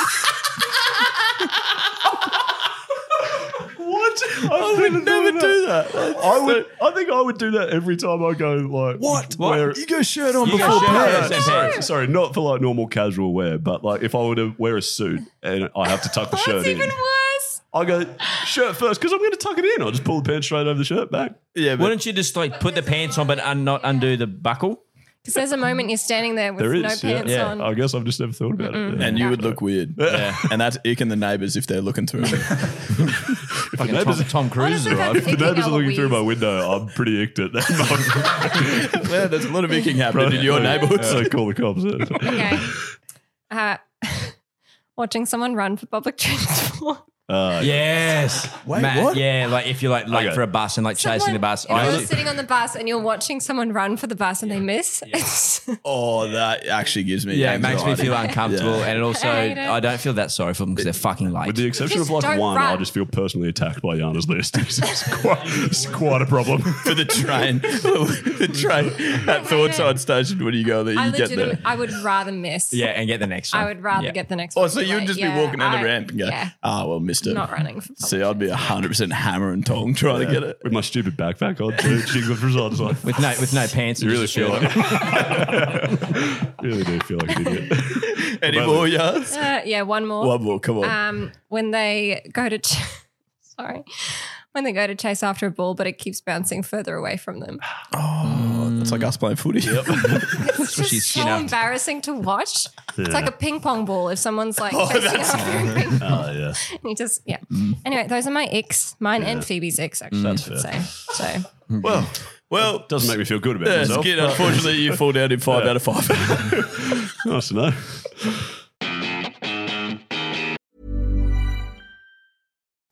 [SPEAKER 5] What? I would never do that. I would. I think I would do that every time I go like
[SPEAKER 6] <laughs>
[SPEAKER 8] <laughs>
[SPEAKER 6] What?
[SPEAKER 5] wear-
[SPEAKER 6] You go shirt on
[SPEAKER 8] You go
[SPEAKER 6] before
[SPEAKER 8] shirt on,
[SPEAKER 6] pants.
[SPEAKER 8] yeah, same
[SPEAKER 5] Sorry,
[SPEAKER 8] pants.
[SPEAKER 5] sorry, not for like normal casual wear, but like if I were to wear a suit and I have to tuck the shirt
[SPEAKER 7] That's
[SPEAKER 5] in,
[SPEAKER 7] even worse.
[SPEAKER 5] I go shirt first because I'm going to tuck it in. I'll just pull the pants straight over the shirt back.
[SPEAKER 6] Yeah, but
[SPEAKER 8] Wouldn't you just like put the pants on but un- not undo the buckle?
[SPEAKER 7] Because there's a moment you're standing there with
[SPEAKER 5] There is,
[SPEAKER 7] no
[SPEAKER 5] yeah. Oh,
[SPEAKER 7] pants
[SPEAKER 8] Yeah.
[SPEAKER 7] on.
[SPEAKER 5] I guess I've just never thought about it.
[SPEAKER 6] and you would look weird.
[SPEAKER 8] <laughs> Yeah.
[SPEAKER 6] <laughs> And that's ick and the neighbours if they're looking through.
[SPEAKER 8] <laughs> Fucking
[SPEAKER 5] neighbours-
[SPEAKER 8] Tom, Tom Cruise has
[SPEAKER 7] Honestly, that's
[SPEAKER 8] arrived.
[SPEAKER 5] If the neighbours are looking
[SPEAKER 7] Eloise.
[SPEAKER 5] through my window. I'm pretty icked at
[SPEAKER 7] <laughs>
[SPEAKER 5] that moment.
[SPEAKER 6] <laughs> yeah, there's a lot of icking happening in your neighbourhood. <laughs>
[SPEAKER 5] So call the cops.
[SPEAKER 7] <laughs> Okay. Uh, watching someone run for public <laughs> transport.
[SPEAKER 5] Uh,
[SPEAKER 8] yes.
[SPEAKER 5] Wait,
[SPEAKER 8] Matt,
[SPEAKER 5] what?
[SPEAKER 8] Yeah, like if you're like late
[SPEAKER 5] Okay.
[SPEAKER 8] for a bus and like chasing the bus.
[SPEAKER 7] You're
[SPEAKER 8] I-
[SPEAKER 7] sitting on the bus and you're watching someone run for the bus and they miss.
[SPEAKER 6] Oh, that actually gives me.
[SPEAKER 8] yeah, it makes me
[SPEAKER 6] anxiety.
[SPEAKER 8] feel uncomfortable,
[SPEAKER 6] <laughs> Yeah.
[SPEAKER 8] and it also
[SPEAKER 7] I hate it.
[SPEAKER 8] I don't feel that sorry for them because they're fucking late.
[SPEAKER 5] With the exception
[SPEAKER 7] Just
[SPEAKER 5] of like
[SPEAKER 7] don't
[SPEAKER 5] one,
[SPEAKER 7] run.
[SPEAKER 5] I just feel personally attacked by Yana's list. <laughs> It's quite, it's quite a problem.
[SPEAKER 6] for the train. the train at Thornside Station. When you go there,
[SPEAKER 7] I
[SPEAKER 6] you get there.
[SPEAKER 7] legitimately, I would rather miss.
[SPEAKER 8] and get the next
[SPEAKER 7] I would rather get the next.
[SPEAKER 6] Oh,
[SPEAKER 7] one.
[SPEAKER 6] so you'd
[SPEAKER 7] Like,
[SPEAKER 6] just
[SPEAKER 7] yeah,
[SPEAKER 6] be walking down
[SPEAKER 7] I-
[SPEAKER 6] the ramp and go,
[SPEAKER 7] Yeah.
[SPEAKER 6] ah, well, missed it.
[SPEAKER 7] Not running for
[SPEAKER 6] See, I'd be 100% hammer and tong trying to get it.
[SPEAKER 5] With my stupid backpack on, <laughs> too. Jingle for results. Like,
[SPEAKER 8] with no with no pants. You really feel like
[SPEAKER 5] <laughs> really do feel like an idiot.
[SPEAKER 6] Any more yards?
[SPEAKER 7] Uh, yeah, one more.
[SPEAKER 6] One more, come on.
[SPEAKER 7] Um, when they go to, ch- <laughs> sorry, when they go to chase after a ball, but it keeps bouncing further away from
[SPEAKER 6] <sighs>
[SPEAKER 7] them. um,
[SPEAKER 6] oh, it's like us playing footy.
[SPEAKER 7] It's just so embarrassing to watch.
[SPEAKER 6] Yeah.
[SPEAKER 7] It's like a ping pong ball if someone's like
[SPEAKER 6] <laughs> Oh,
[SPEAKER 7] chasing
[SPEAKER 6] that's- Mm.
[SPEAKER 7] after a ping pong.
[SPEAKER 5] <laughs> Oh, yeah.
[SPEAKER 7] <laughs> And you just yeah. Anyway, those are my icks, mine and Phoebe's icks actually.
[SPEAKER 5] That's
[SPEAKER 7] I should
[SPEAKER 5] fair.
[SPEAKER 7] say. So
[SPEAKER 6] <laughs> Well, well,
[SPEAKER 5] <laughs> Doesn't make me feel good about
[SPEAKER 6] that's
[SPEAKER 5] myself.
[SPEAKER 6] good. Unfortunately, you fall down in five
[SPEAKER 5] Yeah.
[SPEAKER 6] out of five.
[SPEAKER 5] nice to know.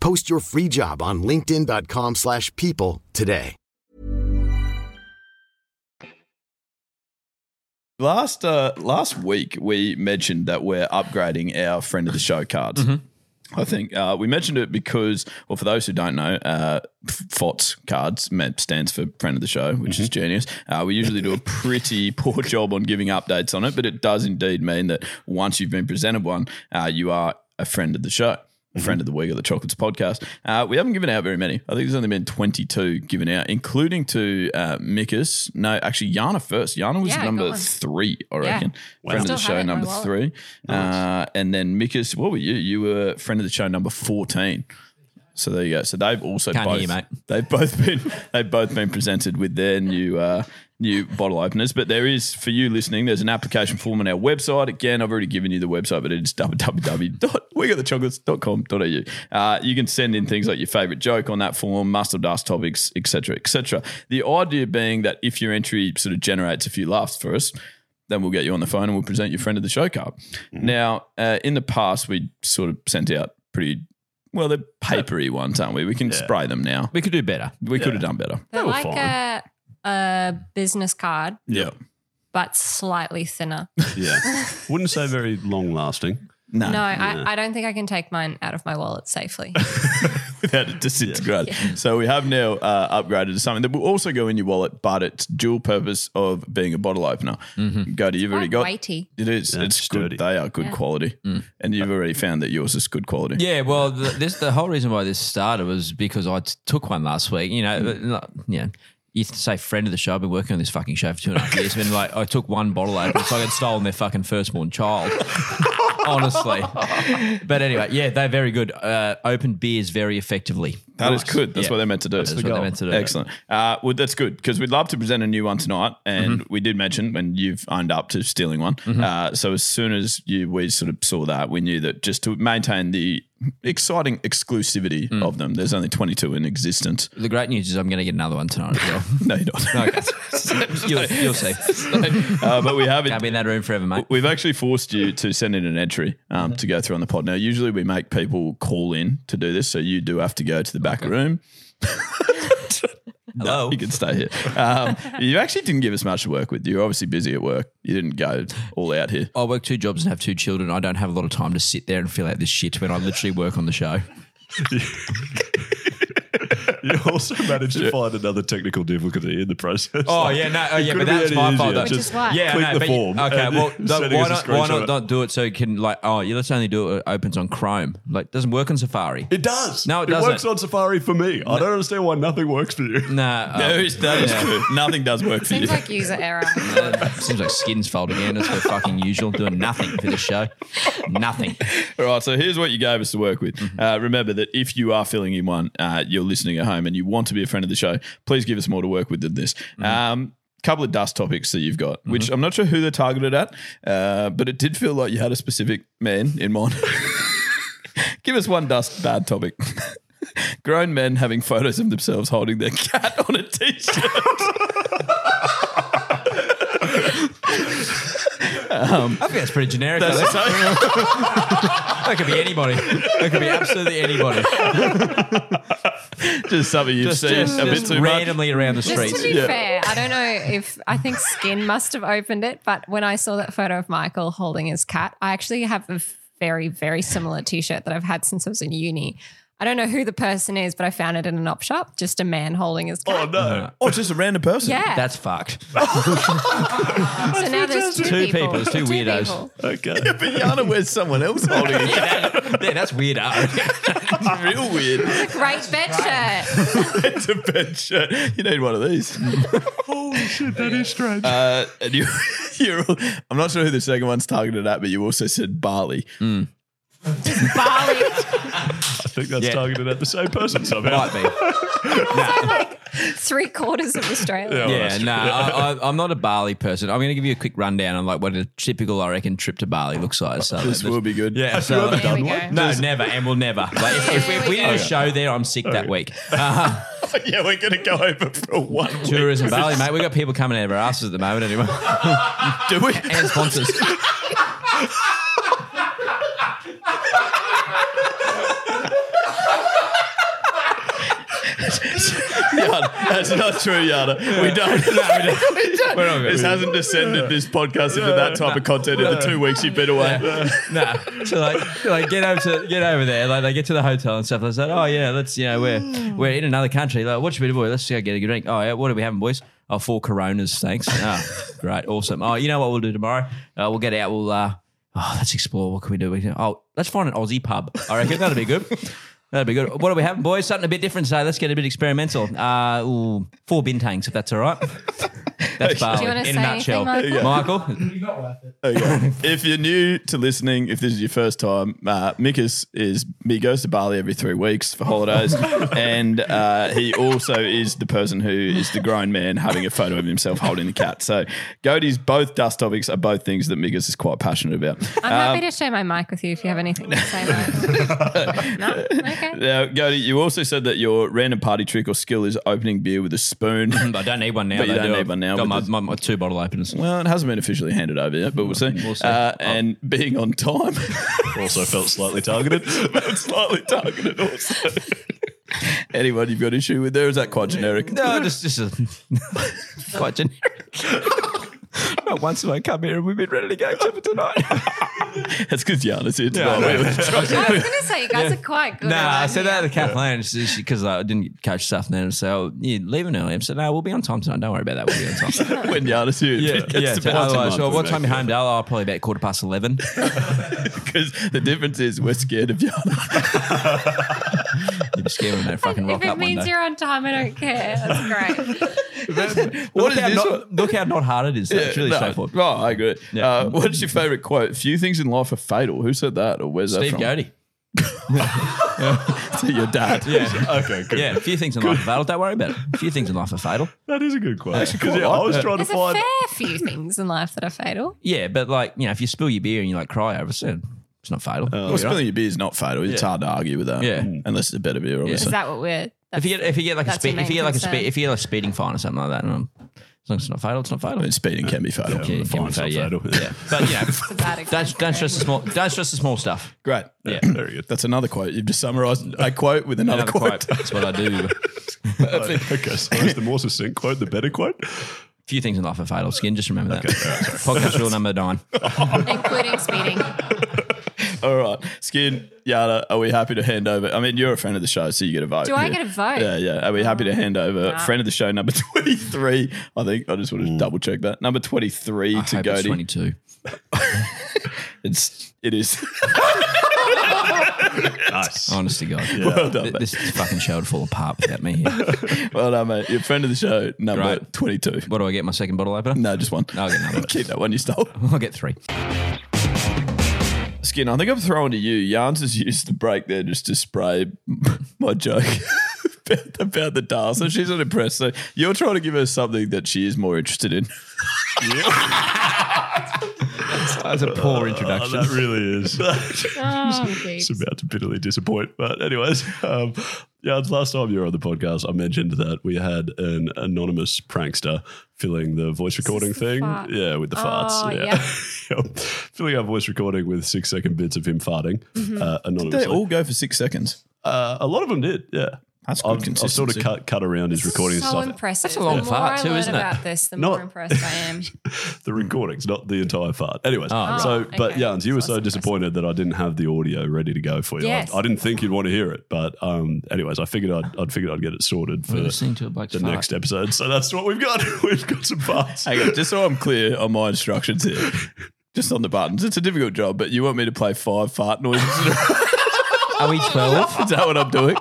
[SPEAKER 12] Post your free job on linkedin.com/people slash people today.
[SPEAKER 6] Last uh, last week, we mentioned that we're upgrading our friend of the show cards. I think uh, we mentioned it because, well, for those who don't know, uh, FOTS cards meant- stands for friend of the show, which is genius. Uh, we usually do a pretty <laughs> poor job on giving updates on it, but it does indeed mean that once you've been presented one, uh, you are a friend of the show. A friend of the week of the Chocolates podcast. Uh, we haven't given out very many. I think there's only been 22 given out, including to uh, Mikus. No, actually, Yana first. Yana was
[SPEAKER 5] Yeah, I got
[SPEAKER 6] number
[SPEAKER 5] one.
[SPEAKER 6] three, I
[SPEAKER 5] Yeah.
[SPEAKER 6] reckon.
[SPEAKER 5] Wow.
[SPEAKER 6] Friend of
[SPEAKER 5] Still have
[SPEAKER 6] the show
[SPEAKER 5] it in my
[SPEAKER 6] number
[SPEAKER 5] wallet.
[SPEAKER 6] three. Uh, and then Mikus, what were you? You were friend of the show number fourteen. So there you go. So they've also
[SPEAKER 8] Can't hear
[SPEAKER 6] both
[SPEAKER 8] you, mate.
[SPEAKER 6] they've both been they've both been presented with their new uh, new bottle openers. But there is for you listening, there's an application form on our website. Again, I've already given you the website, but it's www.wegotthechocolates.com.au. Uh, you can send in things like your favorite joke on that form, mustard dust topics, etc., etc. The idea being that if your entry sort of generates a few laughs for us, then we'll get you on the phone and we'll present your friend of the show card. Now, uh, in the past, we sort of sent out pretty well, they're papery ones, aren't we? We can spray them now.
[SPEAKER 8] We could do better.
[SPEAKER 6] We could have done better.
[SPEAKER 7] they're like uh, a, a business card,
[SPEAKER 6] yeah.
[SPEAKER 7] but slightly thinner.
[SPEAKER 5] Yeah. Wouldn't say very long lasting.
[SPEAKER 7] No, I, I don't think I can take mine out of my wallet safely.
[SPEAKER 6] <laughs> without it disintegrate. So we have now uh, upgraded to something that will also go in your wallet, but it's dual purpose of being a bottle opener.
[SPEAKER 8] Mm-hmm.
[SPEAKER 6] Go to you've already
[SPEAKER 7] quite
[SPEAKER 6] got
[SPEAKER 7] weighty.
[SPEAKER 6] <laughs> It is. it's good. They are good
[SPEAKER 7] Yeah.
[SPEAKER 6] quality,
[SPEAKER 8] Mm.
[SPEAKER 6] and you've already found that yours is good quality.
[SPEAKER 8] Yeah, well, th this the whole reason why this started was because I t- took one last week. You
[SPEAKER 6] Hmm.
[SPEAKER 8] know, but not- you know, you used to say friend of the show. I've been working on this fucking show for two and a half years. And like, I took one bottle open, so I had stolen their fucking firstborn
[SPEAKER 6] <laughs>
[SPEAKER 8] child. Honestly, but anyway, yeah, they're very good. Uh, open beers very effectively.
[SPEAKER 6] That is good. That's
[SPEAKER 8] Yeah.
[SPEAKER 6] what they're meant to do.
[SPEAKER 8] That's what they're meant to do.
[SPEAKER 6] Excellent. Uh, well, that's good because we'd love to present a new one tonight, and
[SPEAKER 8] Mm-hmm.
[SPEAKER 6] we did mention when you've owned up to stealing one. Uh, so as soon as you we sort of saw that, we knew that just to maintain the exciting exclusivity
[SPEAKER 8] Mm.
[SPEAKER 6] of them. There's only 22 in existence.
[SPEAKER 8] The great news is I'm going to get another one tonight as well.
[SPEAKER 6] <laughs> no, you don't.
[SPEAKER 8] <laughs> Okay.
[SPEAKER 6] <laughs>
[SPEAKER 8] you'll, you'll see.
[SPEAKER 6] uh, but we
[SPEAKER 8] <laughs>
[SPEAKER 6] haven't.
[SPEAKER 8] Can't be in that room forever, mate.
[SPEAKER 6] We've actually forced you to send in an entry
[SPEAKER 8] Mm-hmm.
[SPEAKER 6] um, to go through on the pod. Now, usually we make people call in to do this, so you do have to go to the back room. Hello. you can stay here. Um, you actually didn't give us much to work with. You're obviously busy at work. You didn't go all out here.
[SPEAKER 8] I work two jobs and have two children. I don't have a lot of time to sit there and fill out this shit when I literally work on the show.
[SPEAKER 5] <laughs> you also managed to find another technical difficulty in the process.
[SPEAKER 8] Oh
[SPEAKER 5] Like,
[SPEAKER 8] yeah, no, oh,
[SPEAKER 5] it
[SPEAKER 8] yeah, but
[SPEAKER 5] couldn't be
[SPEAKER 8] that's
[SPEAKER 5] any
[SPEAKER 8] my
[SPEAKER 5] easier.
[SPEAKER 8] fault. though.
[SPEAKER 5] Just
[SPEAKER 8] <laughs> Yeah,
[SPEAKER 5] click
[SPEAKER 8] no,
[SPEAKER 5] the
[SPEAKER 8] but you-
[SPEAKER 5] form.
[SPEAKER 8] Okay,
[SPEAKER 5] and <laughs>
[SPEAKER 8] well, the-
[SPEAKER 5] sending
[SPEAKER 8] why
[SPEAKER 5] us
[SPEAKER 8] not?
[SPEAKER 5] a
[SPEAKER 8] Why
[SPEAKER 5] screenshot.
[SPEAKER 8] not, not do it so you can like? Oh, yeah, let's only do it. It opens on Chrome. Like, doesn't work on Safari.
[SPEAKER 5] It does.
[SPEAKER 8] No, it,
[SPEAKER 5] It
[SPEAKER 8] doesn't.
[SPEAKER 5] works on Safari for me. I don't understand why nothing works for you. <laughs>
[SPEAKER 8] Nah,
[SPEAKER 6] <laughs>
[SPEAKER 8] um,
[SPEAKER 6] No, it does.
[SPEAKER 8] Nothing does work for
[SPEAKER 7] Seems like user error.
[SPEAKER 8] Seems like skins fold again as per fucking usual, doing nothing for the show. Nothing. Mm-hmm.
[SPEAKER 6] All right, so here's what you gave us to work with. Uh, remember that if you are filling in one, uh, you're listening at home and you want to be a friend of the show, please give us more to work with than this.
[SPEAKER 8] Mm-hmm.
[SPEAKER 6] Um, couple of dust topics that you've got, which I'm not sure who they're targeted at, uh, but it did feel like you had a specific man in mind. <laughs> give us one dust bad topic. <laughs> Grown men having photos of themselves holding their cat on a t-shirt. um,
[SPEAKER 8] I think that's pretty generic.
[SPEAKER 6] That's
[SPEAKER 8] though.
[SPEAKER 6] the
[SPEAKER 8] <laughs> that could be anybody. That could be absolutely anybody.
[SPEAKER 6] just something you've
[SPEAKER 8] Just-
[SPEAKER 6] seen
[SPEAKER 8] just-
[SPEAKER 6] a bit
[SPEAKER 8] just
[SPEAKER 6] too much.
[SPEAKER 8] randomly around the
[SPEAKER 7] Just to be fair, I don't know if I think Skin must have opened it, but when I saw that photo of Michael holding his cat, I actually have a very, very similar t shirt that I've had since I was in uni. I don't know who the person is, but I found it in an op shop, just a man holding his cat.
[SPEAKER 6] Oh no! Oh, just a random person.
[SPEAKER 7] Yeah.
[SPEAKER 8] That's fucked.
[SPEAKER 7] so now there's two,
[SPEAKER 8] two
[SPEAKER 7] people.
[SPEAKER 8] people, it's two weirdos.
[SPEAKER 7] people.
[SPEAKER 5] Okay. <laughs>
[SPEAKER 6] Yeah, but Yana wears someone
[SPEAKER 8] <laughs>
[SPEAKER 6] else holding it.
[SPEAKER 8] Yeah, that's weird.
[SPEAKER 6] <laughs> It's real weird.
[SPEAKER 7] Great bed shirt.
[SPEAKER 6] it's a bed shirt. You need one of these.
[SPEAKER 5] Holy shit, that is strange.
[SPEAKER 6] Uh, and you, <laughs> you're, I'm not sure who the second one's targeted at, but you also said barley.
[SPEAKER 5] I think that's targeted at the same person somehow.
[SPEAKER 8] Might
[SPEAKER 6] <laughs>
[SPEAKER 8] be.
[SPEAKER 7] Three quarters of Australia.
[SPEAKER 8] Yeah, no, I, <laughs> I, I'm not a Bali person. I'm going to give you a quick rundown on like what a typical, I reckon, trip to Bali looks like. So
[SPEAKER 6] This will be good. <laughs>
[SPEAKER 8] Yeah,
[SPEAKER 6] Have you ever There done we one? go.
[SPEAKER 8] No, never, and we'll never. Like, if, if, <laughs> if we did a show there, I'm sick that week. Uh,
[SPEAKER 6] <laughs> yeah, we're going to go over for one.
[SPEAKER 8] tourism Bali, mate. We got people coming out of our asses at the moment, anyway.
[SPEAKER 6] <laughs> Do we?
[SPEAKER 8] <laughs> And sponsors.
[SPEAKER 6] Yana, that's not true, Yana. We don't. we
[SPEAKER 8] <laughs>
[SPEAKER 6] don't.
[SPEAKER 8] We're all good.
[SPEAKER 6] This hasn't descended this podcast into that type of content in the two weeks you've been away.
[SPEAKER 8] no, so like, like get over to get over there. Like they get to the hotel and stuff. I was like, oh yeah, let's you know we're we're in another country. Like what should we do? boy? Let's go get a drink. Oh yeah, what are we having, boys? Oh, four Coronas, thanks. Oh, great, awesome. Oh, you know what we'll do tomorrow? Uh, we'll get out. We'll uh, oh, let's explore. What can we do? We can, oh, let's find an Aussie pub. I reckon that'll be good. That'd be good. What are we having, boys? Something a bit different today. Let's get a bit experimental. Uh, ooh, four bintangs, if that's all right. That's
[SPEAKER 6] Do you
[SPEAKER 8] Bali
[SPEAKER 6] wanna
[SPEAKER 8] in
[SPEAKER 6] say
[SPEAKER 8] a
[SPEAKER 6] anything,
[SPEAKER 8] nutshell.
[SPEAKER 6] Michael?
[SPEAKER 8] Michael,
[SPEAKER 6] Okay. <laughs> if you're new to listening, if this is your first time, uh, Mikus is he goes to Bali every three weeks for holidays, and uh, he also is the person who is the grown man having a photo of himself holding the cat. So, Goatee's both dust topics are both things that Mikus is quite passionate
[SPEAKER 8] <laughs>
[SPEAKER 6] about.
[SPEAKER 7] I'm
[SPEAKER 8] Um,
[SPEAKER 7] happy to share my mic with you if you have anything to say.
[SPEAKER 5] <laughs>
[SPEAKER 7] Mike. no? Okay.
[SPEAKER 6] Now, Goaty, you also said that your random party trick or skill is opening beer with a spoon.
[SPEAKER 8] <laughs> I don't need one now.
[SPEAKER 6] But you
[SPEAKER 8] They
[SPEAKER 6] don't
[SPEAKER 8] do.
[SPEAKER 6] need one now.
[SPEAKER 8] Got
[SPEAKER 6] but
[SPEAKER 8] my,
[SPEAKER 6] there's-
[SPEAKER 8] my, my two bottle
[SPEAKER 6] <laughs>
[SPEAKER 8] openers.
[SPEAKER 6] well, it hasn't been officially handed over yet, but we'll see. Uh, and being on time. <laughs>
[SPEAKER 5] also felt slightly targeted.
[SPEAKER 6] slightly targeted
[SPEAKER 8] <laughs>
[SPEAKER 6] also. Anyone you've got issue with there? Is that quite generic?
[SPEAKER 8] No, just just a, <laughs> quite generic. Not once have I come here and we've been ready to go except for tonight.
[SPEAKER 6] That's because Yana's here
[SPEAKER 8] Yeah, I
[SPEAKER 6] tonight.
[SPEAKER 8] know.
[SPEAKER 6] We were trying-
[SPEAKER 7] I was going to say, you guys
[SPEAKER 8] Yeah.
[SPEAKER 7] are quite good.
[SPEAKER 8] No,
[SPEAKER 7] at
[SPEAKER 8] I
[SPEAKER 7] that.
[SPEAKER 8] said that to Kathleen because I didn't catch stuff then. So yeah, leaving early. I said, no, we'll be on time tonight. Don't worry about that. We'll be on time.
[SPEAKER 6] <laughs> when Yana's
[SPEAKER 8] <laughs>
[SPEAKER 6] here,
[SPEAKER 8] yeah, yeah.
[SPEAKER 6] it's
[SPEAKER 8] So, otherwise, so what time you home, Dale? Oh, probably about quarter past 11.
[SPEAKER 6] Because the difference is we're scared of Yana.
[SPEAKER 8] You'd be scared when they fucking
[SPEAKER 7] If
[SPEAKER 8] rock
[SPEAKER 7] it
[SPEAKER 8] up one
[SPEAKER 7] means
[SPEAKER 8] day.
[SPEAKER 7] you're on time, I don't care. That's
[SPEAKER 5] <laughs>
[SPEAKER 7] great.
[SPEAKER 8] Look
[SPEAKER 6] is
[SPEAKER 8] how
[SPEAKER 6] this
[SPEAKER 8] not, look how not hard it is. though.
[SPEAKER 6] Yeah,
[SPEAKER 8] it's really
[SPEAKER 6] no,
[SPEAKER 8] straightforward.
[SPEAKER 6] Oh, I agree. Uh, what's your favorite quote? Few things in life are fatal. Who said that? Or where's
[SPEAKER 8] Steve
[SPEAKER 6] that
[SPEAKER 8] Godey.
[SPEAKER 6] from? <laughs> To your dad.
[SPEAKER 8] Yeah.
[SPEAKER 6] <laughs>
[SPEAKER 5] okay, good.
[SPEAKER 8] Yeah, a few things in life are fatal. Don't worry about it. A few things in life are fatal.
[SPEAKER 5] That is a good question. Because
[SPEAKER 6] quite
[SPEAKER 5] yeah, I
[SPEAKER 6] like
[SPEAKER 5] was
[SPEAKER 6] that.
[SPEAKER 5] trying to
[SPEAKER 7] There's a
[SPEAKER 5] find.
[SPEAKER 7] fair few things in life that are fatal.
[SPEAKER 8] Yeah, but like, you know, if you spill your beer and you like cry over it, it's not fatal.
[SPEAKER 6] Oh, Well, spilling your beer is not fatal. It's
[SPEAKER 8] Yeah.
[SPEAKER 6] hard to argue with that. Mm.
[SPEAKER 8] Yeah.
[SPEAKER 6] Unless it's a better beer,
[SPEAKER 7] Is
[SPEAKER 6] obviously.
[SPEAKER 7] that what we're?
[SPEAKER 8] If you get if you get like a
[SPEAKER 7] That's your
[SPEAKER 8] speed if you
[SPEAKER 7] main
[SPEAKER 8] get like a
[SPEAKER 7] concern.
[SPEAKER 8] speed if you get like a speeding fine or something like that, and um, as long as it's not fatal, it's not fatal.
[SPEAKER 6] I mean, speeding can be fatal.
[SPEAKER 8] Yeah,
[SPEAKER 5] fine's
[SPEAKER 8] yeah,
[SPEAKER 5] not
[SPEAKER 8] yeah,
[SPEAKER 5] fatal.
[SPEAKER 8] yeah. But you know,
[SPEAKER 7] It's a bad
[SPEAKER 8] don't
[SPEAKER 7] example.
[SPEAKER 8] don't stress the small don't stress the small stuff.
[SPEAKER 6] Great. <clears throat>
[SPEAKER 8] Yeah,
[SPEAKER 5] Very good.
[SPEAKER 6] That's another quote. You've just summarised
[SPEAKER 8] <laughs>
[SPEAKER 6] a quote with another,
[SPEAKER 8] Another
[SPEAKER 6] quote.
[SPEAKER 8] quote. That's what I do.
[SPEAKER 6] <laughs>
[SPEAKER 8] <laughs>
[SPEAKER 5] <laughs>
[SPEAKER 6] Perfect.
[SPEAKER 5] Okay, so that's the more succinct quote, the better quote.
[SPEAKER 8] Few things in life are fatal. Skin, just remember that. Podcast rule number nine.
[SPEAKER 7] Including speeding.
[SPEAKER 6] <laughs> All right, Skin Yada, are we happy to hand over? I mean, you're a friend of the show, so you get a vote.
[SPEAKER 7] Do I
[SPEAKER 6] Yeah.
[SPEAKER 7] get a vote? Oh,
[SPEAKER 6] Yeah, yeah. Are we happy to hand over
[SPEAKER 7] Nah.
[SPEAKER 6] friend of the show number <laughs> twenty three? I think I just want to double check that number twenty three to
[SPEAKER 8] Mm. hope
[SPEAKER 6] go
[SPEAKER 8] it's
[SPEAKER 6] to
[SPEAKER 8] 22.
[SPEAKER 6] it's it
[SPEAKER 8] <laughs>
[SPEAKER 6] is.
[SPEAKER 8] Nice. Oh. Honest to
[SPEAKER 6] <laughs>
[SPEAKER 8] God.
[SPEAKER 6] Yeah. Well done,
[SPEAKER 8] Th- this fucking show would fall apart without me here.
[SPEAKER 6] well done, mate. <laughs> You're friend of the show number 22.
[SPEAKER 8] What do I get? My second bottle opener? <laughs>
[SPEAKER 6] No, just one.
[SPEAKER 8] No, I'll get another.
[SPEAKER 6] <laughs> Keep that one you
[SPEAKER 8] <laughs>
[SPEAKER 6] stole.
[SPEAKER 8] I'll get
[SPEAKER 7] <laughs>
[SPEAKER 8] three.
[SPEAKER 6] Skin, I think I'm throwing to you. Yarns has used the break there just to spray <laughs> my joke <laughs> about, about the dial, so she's not impressed. So you're trying to give her something that she is more interested in.
[SPEAKER 8] That's a poor
[SPEAKER 5] Uh,
[SPEAKER 8] introduction.
[SPEAKER 5] Oh, that really
[SPEAKER 6] <laughs>
[SPEAKER 5] is.
[SPEAKER 9] geez.
[SPEAKER 5] it's about to bitterly disappoint. But anyways, um, yeah, it's last time you were on the podcast, I mentioned that we had an anonymous prankster filling the voice recording thing.
[SPEAKER 9] fart.
[SPEAKER 5] Yeah, with the
[SPEAKER 9] Oh,
[SPEAKER 5] farts. Yeah. <laughs> Yep. filling our voice recording with six second bits of him farting
[SPEAKER 9] Mhm.
[SPEAKER 5] uh,
[SPEAKER 6] Did
[SPEAKER 5] anonymously.
[SPEAKER 6] they all go for six seconds?
[SPEAKER 5] Uh, a lot of them did. Yeah.
[SPEAKER 6] That's good
[SPEAKER 5] I've, I've sort of
[SPEAKER 6] consistency.
[SPEAKER 5] cut, cut around his recording and
[SPEAKER 7] so
[SPEAKER 5] stuff.
[SPEAKER 7] impressive.
[SPEAKER 8] That's a long
[SPEAKER 7] the more
[SPEAKER 8] fart
[SPEAKER 7] I
[SPEAKER 8] too,
[SPEAKER 7] learn
[SPEAKER 8] isn't it?
[SPEAKER 7] about this, the
[SPEAKER 5] Not-
[SPEAKER 7] more impressed I
[SPEAKER 5] <laughs>
[SPEAKER 7] am.
[SPEAKER 5] the recordings, not the entire fart. Anyways,
[SPEAKER 6] Ah,
[SPEAKER 7] Oh,
[SPEAKER 5] so
[SPEAKER 7] right.
[SPEAKER 5] but
[SPEAKER 7] Okay.
[SPEAKER 5] Jans, you were so disappointed that I didn't have the audio ready to go for you. I-
[SPEAKER 7] Yes.
[SPEAKER 5] I, didn't think you'd want to hear it, but um, anyways, I figured I'd, I'd figured I'd get it sorted for
[SPEAKER 8] We're listening to a bloke's
[SPEAKER 5] the
[SPEAKER 8] fart.
[SPEAKER 5] next episode. So that's what we've got. <laughs> we've got some farts.
[SPEAKER 6] Hang on, just so I'm clear on my instructions
[SPEAKER 5] <laughs>
[SPEAKER 6] here, just on the buttons. It's a difficult job, but you want me to play
[SPEAKER 5] <laughs>
[SPEAKER 6] five fart noises?
[SPEAKER 7] Oh,
[SPEAKER 8] Are we 12?
[SPEAKER 6] Is that what I'm doing?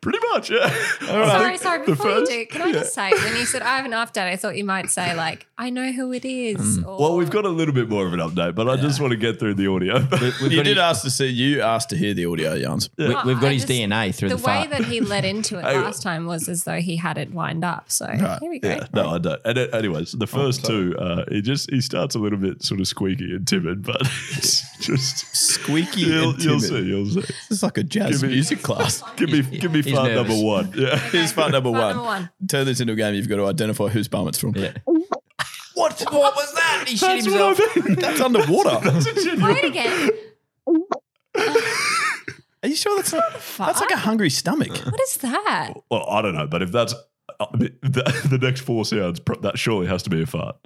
[SPEAKER 5] Pretty much, yeah.
[SPEAKER 7] Sorry, sorry. Before you do, can I just say when you said I have an update, I thought you might say like I know who it is.
[SPEAKER 8] Mm.
[SPEAKER 7] Or,
[SPEAKER 5] Well, we've got a little bit more of an update, but I just want to get through the audio. <laughs>
[SPEAKER 6] you did ask to see. You asked to hear the audio, Yarns.
[SPEAKER 8] We,
[SPEAKER 7] Well,
[SPEAKER 8] we've got
[SPEAKER 7] I
[SPEAKER 8] his
[SPEAKER 7] just-
[SPEAKER 8] DNA through
[SPEAKER 7] the
[SPEAKER 8] the,
[SPEAKER 7] way
[SPEAKER 8] fart. <laughs>
[SPEAKER 7] that he led into it
[SPEAKER 5] Hang on.
[SPEAKER 7] last time was as though he had it lined up. So here we go.
[SPEAKER 5] Yeah, no, I don't. And uh, anyways,
[SPEAKER 6] Oh,
[SPEAKER 5] the first two, uh, he just he starts a little bit sort of squeaky and timid, but <laughs> it's just
[SPEAKER 6] squeaky.
[SPEAKER 5] You'll,
[SPEAKER 6] and
[SPEAKER 5] you'll
[SPEAKER 6] timid.
[SPEAKER 5] see. You'll see.
[SPEAKER 6] This is like a jazz
[SPEAKER 5] Give me- <laughs>
[SPEAKER 6] music class.
[SPEAKER 5] Give me give me
[SPEAKER 6] He's
[SPEAKER 5] fart
[SPEAKER 6] nervous.
[SPEAKER 5] number one. Yeah.
[SPEAKER 6] Here's fart number
[SPEAKER 7] Fart
[SPEAKER 6] one.
[SPEAKER 7] number one.
[SPEAKER 6] Turn this into a game. You've got to identify whose bum it's from.
[SPEAKER 8] What, what was that? He shit himself. <laughs>
[SPEAKER 6] That's underwater.
[SPEAKER 7] Play it again.
[SPEAKER 6] Are you sure that's not? That's like a hungry stomach.
[SPEAKER 7] What is that?
[SPEAKER 5] Well, I don't know, but if that's uh, the, the <laughs> next four sounds, pr- that surely has to be a fart.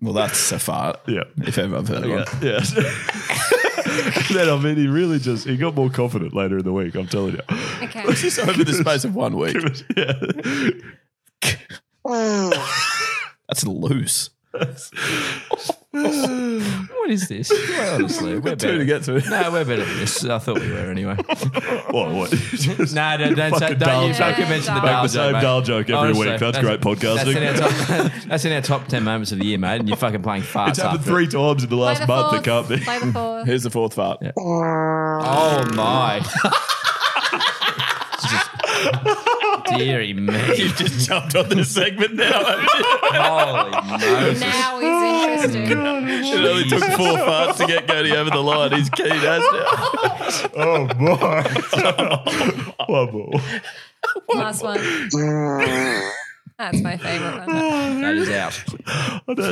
[SPEAKER 6] Well, that's a fart.
[SPEAKER 5] Yeah.
[SPEAKER 6] If ever I've heard
[SPEAKER 5] Yeah.
[SPEAKER 6] one.
[SPEAKER 5] yeah. <laughs> then I mean, he really just he got more confident later in the week. I'm telling you. <laughs>
[SPEAKER 7] Okay.
[SPEAKER 6] Just over the space of one
[SPEAKER 8] <laughs>
[SPEAKER 6] week.
[SPEAKER 5] Yeah.
[SPEAKER 6] That's loose.
[SPEAKER 8] What is this? Well, honestly, we're
[SPEAKER 6] Got two
[SPEAKER 8] better.
[SPEAKER 6] to get through.
[SPEAKER 8] No, we're better than this. I thought we were
[SPEAKER 6] <laughs>
[SPEAKER 8] anyway.
[SPEAKER 5] What? What? Just
[SPEAKER 8] No, don't, don't, say, don't,
[SPEAKER 5] fucking dull
[SPEAKER 8] you,
[SPEAKER 5] joke.
[SPEAKER 8] don't you mention the
[SPEAKER 5] Make
[SPEAKER 8] dial
[SPEAKER 5] the
[SPEAKER 8] joke,
[SPEAKER 5] same
[SPEAKER 8] mate.
[SPEAKER 5] dial joke every
[SPEAKER 8] Honestly,
[SPEAKER 5] week. That's great podcasting.
[SPEAKER 8] That's in, our top, <laughs> that's in our top 10 moments of the year, mate. And you're fucking playing farts.
[SPEAKER 5] it's happened
[SPEAKER 8] after
[SPEAKER 5] three
[SPEAKER 8] it.
[SPEAKER 5] times in the
[SPEAKER 7] Play
[SPEAKER 5] last
[SPEAKER 7] the
[SPEAKER 5] month.
[SPEAKER 7] fourth.
[SPEAKER 5] <laughs> It can't be.
[SPEAKER 7] Play the fourth.
[SPEAKER 6] Here's the fourth fart.
[SPEAKER 8] Oh, my. Deary
[SPEAKER 6] <laughs>
[SPEAKER 8] me.
[SPEAKER 6] You've just jumped on this
[SPEAKER 8] <laughs>
[SPEAKER 6] segment now. haven't you?
[SPEAKER 8] Holy Moses.
[SPEAKER 7] Now he's interested.
[SPEAKER 6] It only took four farts to get Cody over the line. He's keen as
[SPEAKER 5] <laughs>
[SPEAKER 6] now.
[SPEAKER 5] Oh boy! One more.
[SPEAKER 7] <laughs> Last one. That's my favorite one.
[SPEAKER 8] That is out.
[SPEAKER 5] I don't, uh,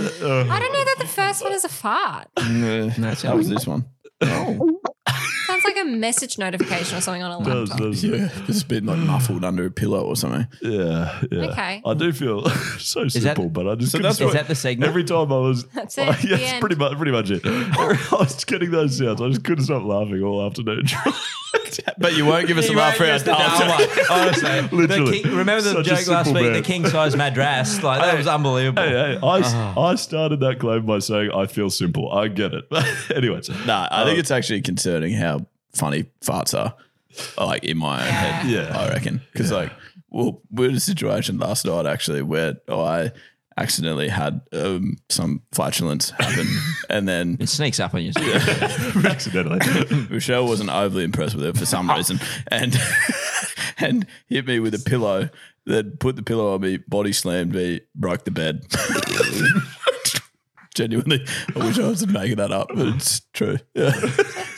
[SPEAKER 7] I don't know that the first one is a fart.
[SPEAKER 8] That's
[SPEAKER 6] How
[SPEAKER 8] out.
[SPEAKER 6] was this one?
[SPEAKER 7] Sounds like a message notification or something on a
[SPEAKER 5] does,
[SPEAKER 7] laptop.
[SPEAKER 5] does,
[SPEAKER 6] Yeah, it's been like muffled under a pillow or something.
[SPEAKER 5] Yeah, yeah.
[SPEAKER 7] Okay.
[SPEAKER 5] I do feel <laughs> so simple, but I just
[SPEAKER 6] So
[SPEAKER 5] couldn't
[SPEAKER 6] that's
[SPEAKER 5] stop-
[SPEAKER 8] Is that the segment?
[SPEAKER 5] every time I was. <laughs>
[SPEAKER 7] That's it,
[SPEAKER 5] yeah,
[SPEAKER 7] the
[SPEAKER 5] it's
[SPEAKER 7] end.
[SPEAKER 5] pretty much pretty much it.
[SPEAKER 6] <laughs>
[SPEAKER 5] I was getting those sounds. I just couldn't stop laughing all afternoon. <laughs>
[SPEAKER 6] But you won't give us a laugh for our
[SPEAKER 8] Oh,
[SPEAKER 6] dance.
[SPEAKER 8] like,
[SPEAKER 5] <laughs>
[SPEAKER 8] honestly,
[SPEAKER 5] Literally.
[SPEAKER 8] the king, remember the
[SPEAKER 5] Such a
[SPEAKER 8] joke last
[SPEAKER 5] simple
[SPEAKER 8] week?
[SPEAKER 5] man.
[SPEAKER 8] The king size
[SPEAKER 5] <laughs>
[SPEAKER 8] madras, like that was unbelievable.
[SPEAKER 5] hey, hey, I, s-
[SPEAKER 6] Ah.
[SPEAKER 5] I started that claim by saying I feel simple. I get it. <laughs> Anyways,
[SPEAKER 6] Nah, I think
[SPEAKER 5] Uh,
[SPEAKER 6] it's actually concerning how funny farts are. Like in my own head,
[SPEAKER 5] Yeah.
[SPEAKER 6] I reckon. Because like, well, we are in a situation last night actually where I accidentally had um, some flatulence
[SPEAKER 5] <laughs>
[SPEAKER 6] happen, and then
[SPEAKER 8] It sneaks up on
[SPEAKER 7] <laughs>
[SPEAKER 8] you.
[SPEAKER 5] accidentally.
[SPEAKER 6] <laughs> Michelle wasn't overly impressed with it for some reason, and <laughs> and hit me with a pillow. Then put the pillow on me, body slammed me, broke the bed. <laughs> Genuinely, I wish I wasn't making that up, but it's true. <laughs> Yeah.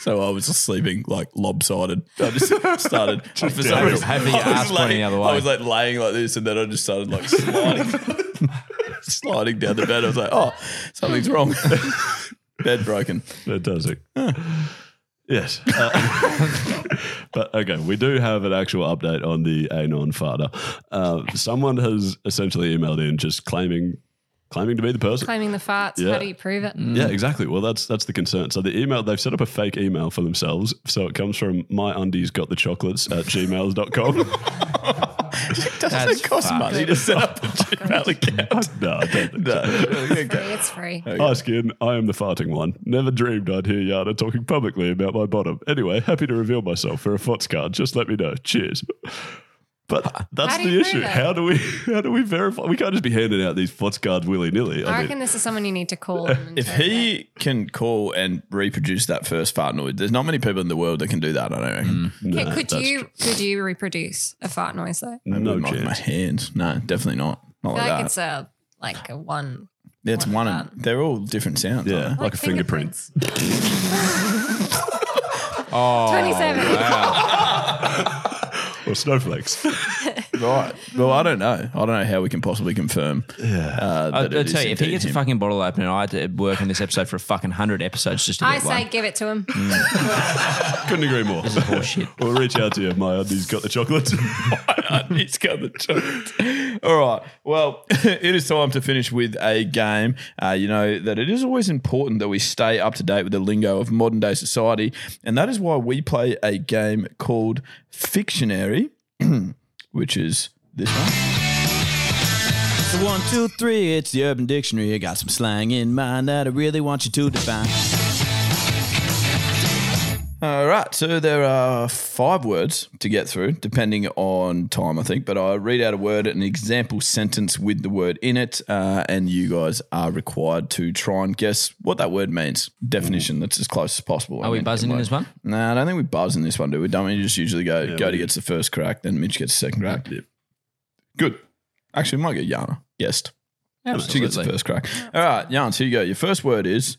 [SPEAKER 6] So I was just sleeping like lopsided. I just started for some
[SPEAKER 8] down.
[SPEAKER 6] reason-
[SPEAKER 8] Having your
[SPEAKER 6] I was
[SPEAKER 8] ass pointing
[SPEAKER 6] laying-
[SPEAKER 8] the other
[SPEAKER 6] I
[SPEAKER 8] way.
[SPEAKER 6] was like laying like this, and then I just started like sliding, <laughs> sliding down the bed. I was like, oh, something's wrong. <laughs> bed broken.
[SPEAKER 5] Fantastic. yes. Uh, <laughs> but okay, we do have an actual update on the Anon Fada. Uh, someone has essentially emailed in just claiming claiming to be the person.
[SPEAKER 7] Claiming the farts.
[SPEAKER 5] Yeah.
[SPEAKER 7] How do you prove it?
[SPEAKER 5] Yeah,
[SPEAKER 6] Mm.
[SPEAKER 5] exactly. Well, that's that's the concern. So the email they've set up a fake email for themselves. So it comes from my undies got the chocolates
[SPEAKER 6] <laughs>
[SPEAKER 5] at gmail.com.
[SPEAKER 6] Doesn't it cost
[SPEAKER 5] fucked.
[SPEAKER 6] money to set up a Gmail
[SPEAKER 5] <laughs>
[SPEAKER 6] account?
[SPEAKER 5] no, I don't think
[SPEAKER 6] <laughs>
[SPEAKER 5] so.
[SPEAKER 6] okay.
[SPEAKER 7] It's free.
[SPEAKER 5] Hi, Skin. I am the farting one. Never dreamed I'd hear Yana talking publicly about my bottom. Anyway, happy to reveal myself for a FOTS card. Just let me know. Cheers. But that's
[SPEAKER 7] How do
[SPEAKER 5] the
[SPEAKER 7] you prove
[SPEAKER 5] issue.
[SPEAKER 7] it?
[SPEAKER 5] How do we <laughs> how do we verify? We can't just be handing out these FOTS cards willy nilly.
[SPEAKER 7] I reckon this is someone you need to call. and
[SPEAKER 6] If he can call and reproduce that first fart noise, there's not many people in the world that can do that. I don't reckon.
[SPEAKER 7] Okay, could you could you reproduce a fart noise though?
[SPEAKER 6] No, not with my hands. No, definitely not.
[SPEAKER 7] I feel
[SPEAKER 6] Not like,
[SPEAKER 7] like
[SPEAKER 6] that.
[SPEAKER 7] it's a like a one.
[SPEAKER 6] Yeah, it's one. and they're all different sounds. Yeah,
[SPEAKER 7] Like like a fingerprint.
[SPEAKER 5] <laughs>
[SPEAKER 6] oh,
[SPEAKER 7] 27.
[SPEAKER 5] or <laughs> snowflakes.
[SPEAKER 6] right. Well, I don't know. I don't know how we can possibly confirm. Yeah. Uh,
[SPEAKER 8] I,
[SPEAKER 6] that
[SPEAKER 8] I
[SPEAKER 6] it is
[SPEAKER 8] tell you, if he
[SPEAKER 6] indeed
[SPEAKER 8] gets a
[SPEAKER 6] him.
[SPEAKER 8] fucking bottle opener, I had to work on this episode for a fucking hundred episodes just to
[SPEAKER 7] I
[SPEAKER 8] get
[SPEAKER 7] say
[SPEAKER 8] one.
[SPEAKER 7] give it to him.
[SPEAKER 5] Mm. Couldn't agree more. This is <laughs>
[SPEAKER 8] horseshit.
[SPEAKER 5] we'll reach out to you. My undies got the chocolates.
[SPEAKER 6] He's got the chocolate. All right. Well, <laughs> it is time to finish with a game. Uh, you know that it is always important that we stay up to date with the lingo of modern day society, and that is why we play a game called Fictionary, <clears throat> which is this one.
[SPEAKER 13] So one, two, three, it's the Urban Dictionary. I got some slang in mind that I really want you to define.
[SPEAKER 6] All right, so there are five words to get through, depending on time, I think. But I read out a word, an example sentence with the word in it, uh, and you guys are required to try and guess what that word means. Definition that's as close as possible.
[SPEAKER 8] Are we buzzing in this one?
[SPEAKER 6] No, I don't think we buzz in this one, do we? Don't we just usually go?
[SPEAKER 8] Yeah,
[SPEAKER 6] Goaty
[SPEAKER 8] we-
[SPEAKER 6] gets the first crack, then Mitch gets the second crack. Good. Actually, we might get Yana. Guessed. She gets the
[SPEAKER 8] Absolutely.
[SPEAKER 6] first crack. All right, Yana, here you go. Your first word is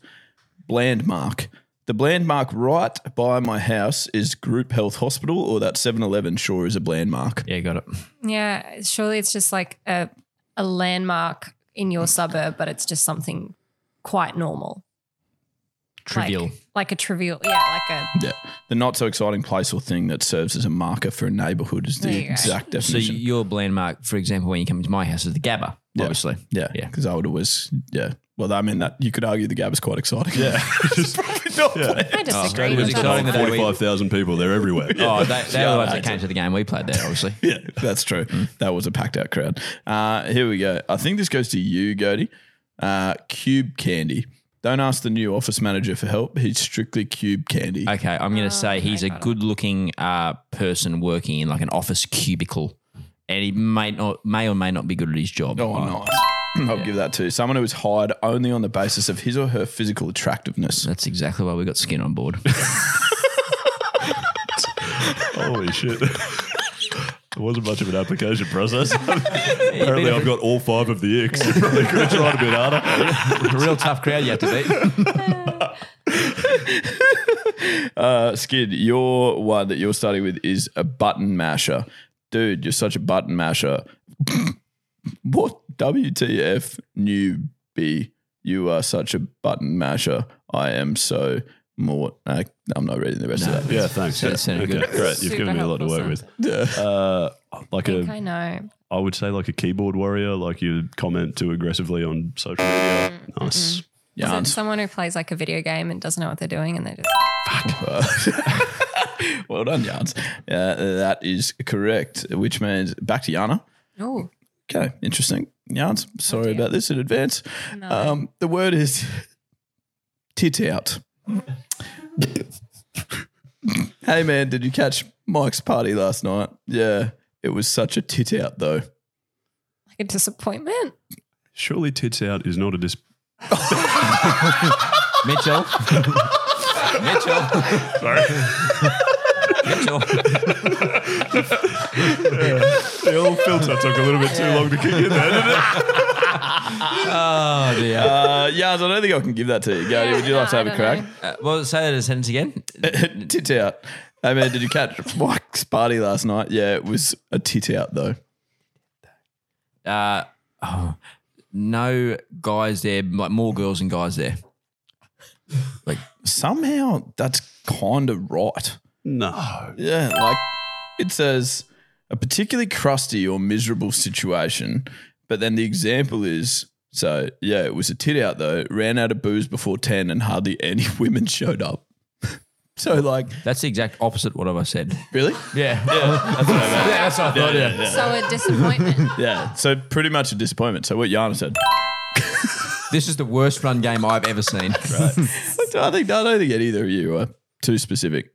[SPEAKER 6] Blandmark. The Blandmark right by my house is Group Health Hospital, or that 7 Eleven sure is a Blandmark.
[SPEAKER 8] Yeah, got it.
[SPEAKER 7] Yeah, surely it's just like a a landmark in your suburb, but it's just something quite normal,
[SPEAKER 6] Trivial.
[SPEAKER 7] like, like a trivial. Yeah, like
[SPEAKER 5] <laughs>
[SPEAKER 7] a
[SPEAKER 6] yeah. The not so exciting place or thing that serves as a marker for a neighborhood is
[SPEAKER 7] There you
[SPEAKER 6] the
[SPEAKER 7] go.
[SPEAKER 6] exact
[SPEAKER 8] So
[SPEAKER 6] definition.
[SPEAKER 8] your landmark, for example, when you come into my house, is the Gabba, obviously.
[SPEAKER 6] Yeah. Yeah. Because I would always, yeah. Well, I mean, that you could argue the gap is quite exciting. <laughs> Yeah.
[SPEAKER 7] I
[SPEAKER 5] Oh,
[SPEAKER 7] disagree.
[SPEAKER 8] It was
[SPEAKER 7] with
[SPEAKER 8] exciting the
[SPEAKER 7] that.
[SPEAKER 8] day we-
[SPEAKER 5] 45,000 people. They're everywhere.
[SPEAKER 8] <laughs> Oh, they, they were the ones
[SPEAKER 6] Yeah,
[SPEAKER 8] that came to the game we played there, obviously.
[SPEAKER 6] yeah, that's true. That was a packed out crowd. Uh, here we go. I think this goes to you, Goaty. Uh, cube candy. Don't ask the new office manager for help. He's strictly cube candy.
[SPEAKER 8] Okay, I'm going to say he's a good-looking uh, person working in like an office cubicle, and he may not, may or may not be good at his job.
[SPEAKER 6] Oh, nice. I'll give that to you. someone who is hired only on the basis of his or her physical attractiveness.
[SPEAKER 8] That's exactly why we got skin on <laughs> board.
[SPEAKER 5] Holy shit. It wasn't much of an application process. Apparently, I've got all five of the icks. <laughs> You probably could have tried a bit
[SPEAKER 8] <laughs>
[SPEAKER 5] harder.
[SPEAKER 8] Real tough crowd you had to beat.
[SPEAKER 6] Uh, Skid, your one that you're starting with is a button masher. Dude, you're such a button masher. <laughs> what WTF newbie? You are such a button masher. I am so more. Uh, I'm not reading the rest
[SPEAKER 5] No,
[SPEAKER 6] of that.
[SPEAKER 5] yeah, thanks. That sounded good. Okay, great. You've given me a lot to work with. Uh, like
[SPEAKER 7] I think I
[SPEAKER 5] a,
[SPEAKER 7] know.
[SPEAKER 5] I would say like a keyboard warrior, like you comment too aggressively on social media. Nice.
[SPEAKER 7] Is it someone who plays like a video game and doesn't know what they're doing and they're just
[SPEAKER 6] <laughs> Well done, Jans. Uh, that is correct, which means back to Yana.
[SPEAKER 7] oh
[SPEAKER 6] Okay, interesting. Yarns, sorry about this in advance. Um, the word is <laughs> tit out. hey, man, did you catch Mike's party last night? Yeah, it was such a tit out, though.
[SPEAKER 7] like a disappointment.
[SPEAKER 5] Surely tits out is not a dis.
[SPEAKER 8] <laughs>
[SPEAKER 5] <laughs>
[SPEAKER 8] <laughs> Mitchell. Mitchell.
[SPEAKER 5] Sorry.
[SPEAKER 8] Mitchell.
[SPEAKER 5] The old filter took a little bit too long to kick in there, didn't it?
[SPEAKER 8] Oh dear.
[SPEAKER 6] Uh, Yarns, I don't think I can give that to you. Gary, would you like to have a crack?
[SPEAKER 8] Uh, well, say that in a sentence again.
[SPEAKER 6] <laughs> tit out. Hey, man, did you catch Mike's party last night? Yeah, it was a tit out, though.
[SPEAKER 8] Uh, oh, no guys there, like more girls than guys there.
[SPEAKER 6] Like, somehow that's kind of right.
[SPEAKER 5] No.
[SPEAKER 6] Yeah, like it says a particularly crusty or miserable situation, but then the example is So yeah, it was a tit out though. Ran out of booze before ten, and hardly any <laughs> women showed up. so like
[SPEAKER 8] that's the exact opposite what I said.
[SPEAKER 6] Really?
[SPEAKER 8] <laughs> Yeah. that's what I meant. Yeah, that's what I thought. Yeah.
[SPEAKER 7] So a disappointment.
[SPEAKER 5] <laughs>
[SPEAKER 6] yeah, so pretty much a disappointment. So what Yana said.
[SPEAKER 14] this is the worst run game I've ever seen.
[SPEAKER 6] Right. I think I don't think either of you are too specific.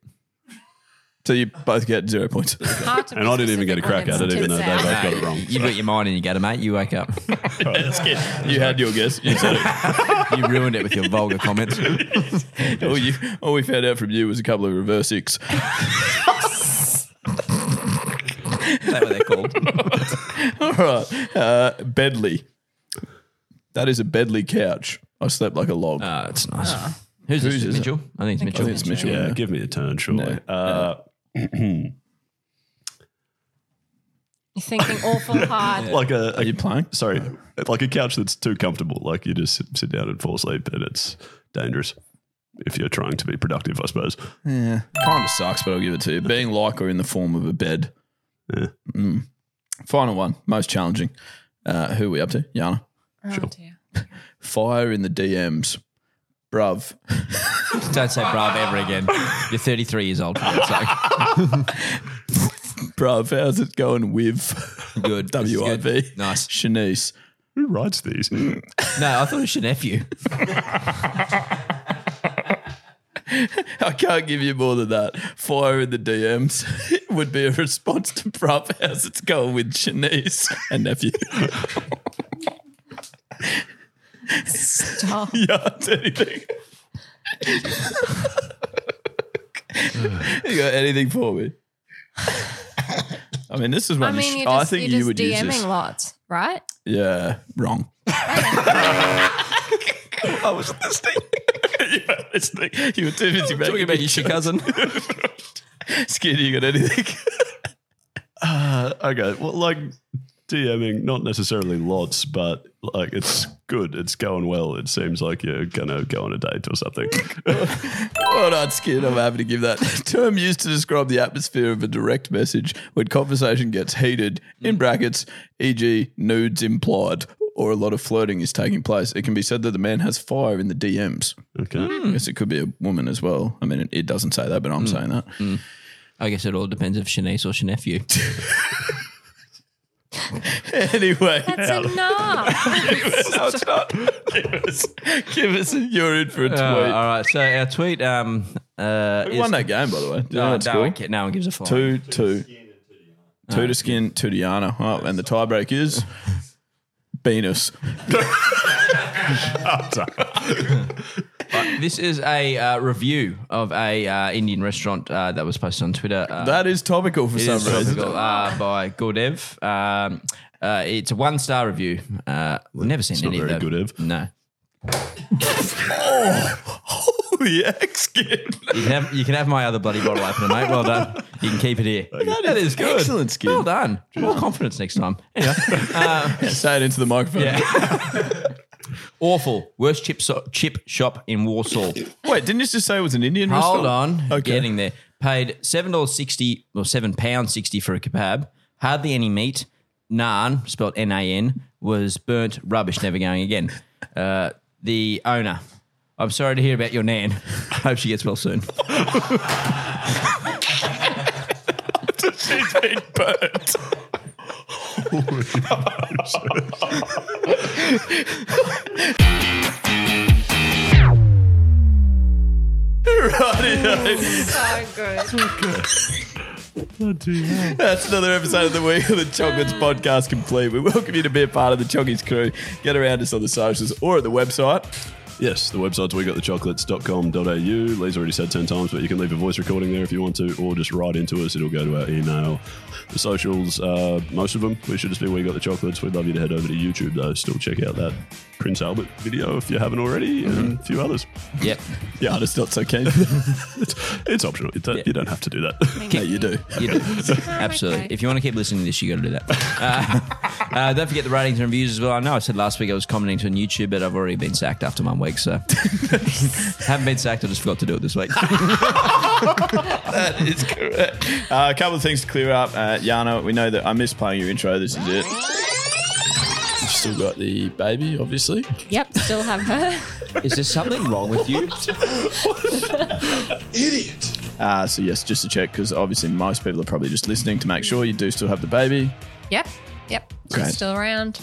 [SPEAKER 6] So you both get zero points.
[SPEAKER 7] Hard to
[SPEAKER 5] And I didn't even get a crack at it, even though they both got it wrong.
[SPEAKER 8] You got your mind and you got it, mate. You wake up.
[SPEAKER 6] That's good. You had your guess. You said it.
[SPEAKER 14] you ruined it with your vulgar
[SPEAKER 6] <laughs>
[SPEAKER 14] comments.
[SPEAKER 6] all, you, all we found out from you was a couple of reverse six.
[SPEAKER 8] that what they're called.
[SPEAKER 6] <laughs> all right. Uh, Bedley. That is a Bedley couch. I slept like a log.
[SPEAKER 8] Ah, that's nice. Who's this? Mitchell? I think it's Mitchell.
[SPEAKER 6] I think it's Mitchell.
[SPEAKER 5] Yeah, give me a turn, surely. Uh,
[SPEAKER 7] You're thinking awful hard.
[SPEAKER 5] like a, are you playing? Sorry, like a couch that's too comfortable. Like you just sit- sit down and fall asleep, and it's dangerous if you're trying to be productive. I suppose.
[SPEAKER 6] Yeah. Kind of sucks, but I'll give it to you. Being like or in the form of a bed. Mm. Final one, most challenging. Uh, who are we up to? Yana.
[SPEAKER 7] Oh, Sure.
[SPEAKER 6] Fire in the DMs. Bruv. <laughs>
[SPEAKER 8] Don't say bruv ever again. You're 33 years
[SPEAKER 6] <laughs>
[SPEAKER 8] old.
[SPEAKER 6] Bruv, how's it going with <laughs> good WIV? Nice. Shanice.
[SPEAKER 5] Who writes these? Uh, no,
[SPEAKER 8] I thought it was your nephew.
[SPEAKER 6] I can't give you more than that. Fire in the DMs <laughs> would be a response to Bruv, how's it going with Shanice and nephew?
[SPEAKER 7] Stop.
[SPEAKER 6] <laughs> yeah, it's anything. you got anything for me? I mean, this is
[SPEAKER 7] I
[SPEAKER 6] one. you
[SPEAKER 7] mean,
[SPEAKER 6] sh- oh,
[SPEAKER 7] you're
[SPEAKER 6] I
[SPEAKER 7] just,
[SPEAKER 6] think
[SPEAKER 7] you're
[SPEAKER 6] you would
[SPEAKER 7] just
[SPEAKER 6] use this.
[SPEAKER 7] DMing lots, right?
[SPEAKER 6] Yeah, wrong. I was listening. <laughs> you were listening. You were too busy talking about your shit cousin. <laughs> Skinny, you got anything?
[SPEAKER 5] Uh, okay. Well, like DMing, not necessarily lots, but like it's good. It's going well. It seems like you're gonna go on a date or something. <laughs>
[SPEAKER 6] Well done, Skin. I'm happy to give that <laughs> term used to describe the atmosphere of a direct message when conversation gets heated, in brackets, e.g., nudes implied, or a lot of flirting is taking place. It can be said that the man has fire in the DMs.
[SPEAKER 5] Okay.
[SPEAKER 8] Hmm.
[SPEAKER 6] I guess it could be a woman as well. I mean, it, it doesn't say that, but I'm saying that.
[SPEAKER 8] Hmm. I guess it all depends if Shanice or your nephew.
[SPEAKER 6] <laughs> Anyway, <laughs>
[SPEAKER 7] That's enough.
[SPEAKER 6] No, it's not. <laughs> give, us, give us your in for a tweet.
[SPEAKER 8] Uh, all right. So our tweet. Um, uh,
[SPEAKER 6] Who
[SPEAKER 8] is-
[SPEAKER 6] won that game, by the way? Do you know
[SPEAKER 8] No,
[SPEAKER 6] that
[SPEAKER 8] Uh, no,
[SPEAKER 6] score?
[SPEAKER 8] one ca- no one gives a fuck.
[SPEAKER 6] Two, two. Two to skin, two to Yana. Oh, and the tiebreak <laughs> is Venus.
[SPEAKER 8] Right, this is a uh, review of a uh, Indian restaurant uh, that was posted on Twitter. Uh,
[SPEAKER 6] That is topical Ah. for
[SPEAKER 8] It
[SPEAKER 6] some
[SPEAKER 8] is
[SPEAKER 6] reason.
[SPEAKER 8] topical,
[SPEAKER 6] <laughs>
[SPEAKER 8] uh, by Gurdev. Um, uh, it's a one star review. Uh, we've never seen
[SPEAKER 5] It's not
[SPEAKER 8] any
[SPEAKER 5] very
[SPEAKER 8] of them. No.
[SPEAKER 6] Holy Oh, X skin.
[SPEAKER 8] You can, have, you can have my other bloody bottle opener, mate. Well done. You can keep it here. that is good.
[SPEAKER 6] Excellent skin.
[SPEAKER 8] Well done. More confidence next
[SPEAKER 5] <laughs>
[SPEAKER 8] time. Anyway, uh,
[SPEAKER 6] Yeah, say it into the microphone. <laughs>
[SPEAKER 8] awful. Worst chip, so- chip shop in Warsaw.
[SPEAKER 6] Wait, didn't you just say it was an Indian
[SPEAKER 8] Hold
[SPEAKER 6] restaurant?
[SPEAKER 8] on. Getting there. Paid $7.60 or £7.60 for a kebab. Hardly any meat. Naan, spelled N A N, was burnt rubbish, never going again. Uh, the owner. I'm sorry to hear about your nan. <laughs> I hope she gets well soon.
[SPEAKER 6] She's been burnt. Rightio.
[SPEAKER 7] so good.
[SPEAKER 6] <laughs> That's another episode of the week of the Chocolates Podcast complete. We welcome you to be a part of the Chockies crew. Get around us on the socials or at the website.
[SPEAKER 5] Yes, the website's wegotthechocolates.com.au. Lee's already said 10 times, but you can leave a voice recording there if you want to, or just write into us. It'll go to our email. The socials, uh, most of them, we should just be We Got the Chocolates. We'd love you to head over to YouTube, though. Still check out that Prince Albert video if you haven't already, and a few others.
[SPEAKER 8] Yep.
[SPEAKER 6] Yeah, I'm just not so keen.
[SPEAKER 5] It's, <laughs> it's optional. You don't, you don't have to do that.
[SPEAKER 6] no, you do.
[SPEAKER 8] You do. Absolutely. If you want to keep listening to this, you got to do that. Uh, uh, don't forget the ratings and reviews as well. I know I said last week I was commenting to on YouTube, but I've already been sacked after one week, so haven't been sacked. I just forgot to do it this week.
[SPEAKER 6] that is correct. Uh, a couple of things to clear up. Uh, Yana, we know that I missed playing your intro. This is it. still got the baby, obviously.
[SPEAKER 7] Yep, still have her.
[SPEAKER 6] Is there something wrong with you?
[SPEAKER 10] Idiot.
[SPEAKER 6] Uh, so, yes, just to check, because obviously most people are probably just listening to make sure you do still have the baby.
[SPEAKER 7] Yep, yep. She's
[SPEAKER 6] Great.
[SPEAKER 7] still around.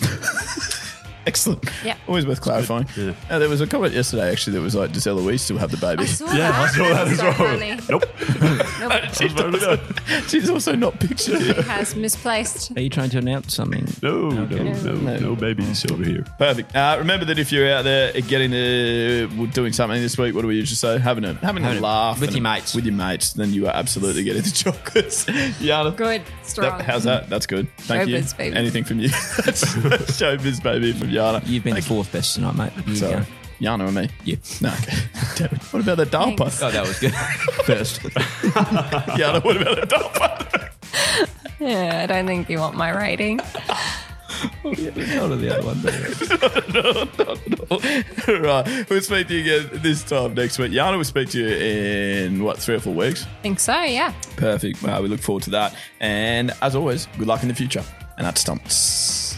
[SPEAKER 6] Excellent.
[SPEAKER 7] Yep.
[SPEAKER 6] <laughs> Always worth clarifying. Uh, there was a comment yesterday, actually, that was like, does Eloise still have the <laughs> baby?
[SPEAKER 7] I saw Yeah, that. I saw that That's as so well. funny. nope.
[SPEAKER 6] She's, also, she's also not pictured
[SPEAKER 7] She
[SPEAKER 6] here.
[SPEAKER 7] has
[SPEAKER 6] <laughs>
[SPEAKER 7] misplaced.
[SPEAKER 8] Are you trying to announce something?
[SPEAKER 5] No, no, no, no, babies over here.
[SPEAKER 6] Perfect. Uh, remember that if you're out there getting uh, well, doing something this week, what do we usually say? Having a having,
[SPEAKER 8] Having
[SPEAKER 6] a
[SPEAKER 8] a-
[SPEAKER 6] laugh
[SPEAKER 8] with
[SPEAKER 6] and
[SPEAKER 8] your
[SPEAKER 6] a- With your mates, then you are absolutely getting the chocolates. <laughs> Yana,
[SPEAKER 7] good, strong.
[SPEAKER 6] how's that? That's good. Thank you.
[SPEAKER 7] Showbiz, baby.
[SPEAKER 6] Anything from you? <laughs> That's showbiz baby from Yana. You've been
[SPEAKER 8] fourth best tonight, mate. You
[SPEAKER 6] Sorry.
[SPEAKER 8] go.
[SPEAKER 6] Yana and me. Yeah. No. Okay. Damn it. What about that dumper?
[SPEAKER 8] Oh, that was
[SPEAKER 6] <laughs>
[SPEAKER 8] good.
[SPEAKER 6] First. Yana, what about that dumper?
[SPEAKER 7] Yeah, I don't think you want my rating.
[SPEAKER 6] Not on the other one. right. We'll speak to you again this time next week. Yana will speak to you in, what, three or four weeks?
[SPEAKER 7] think so, yeah.
[SPEAKER 6] Perfect. Wow, we look forward to that. And as always, good luck in the future. And that's Stumps.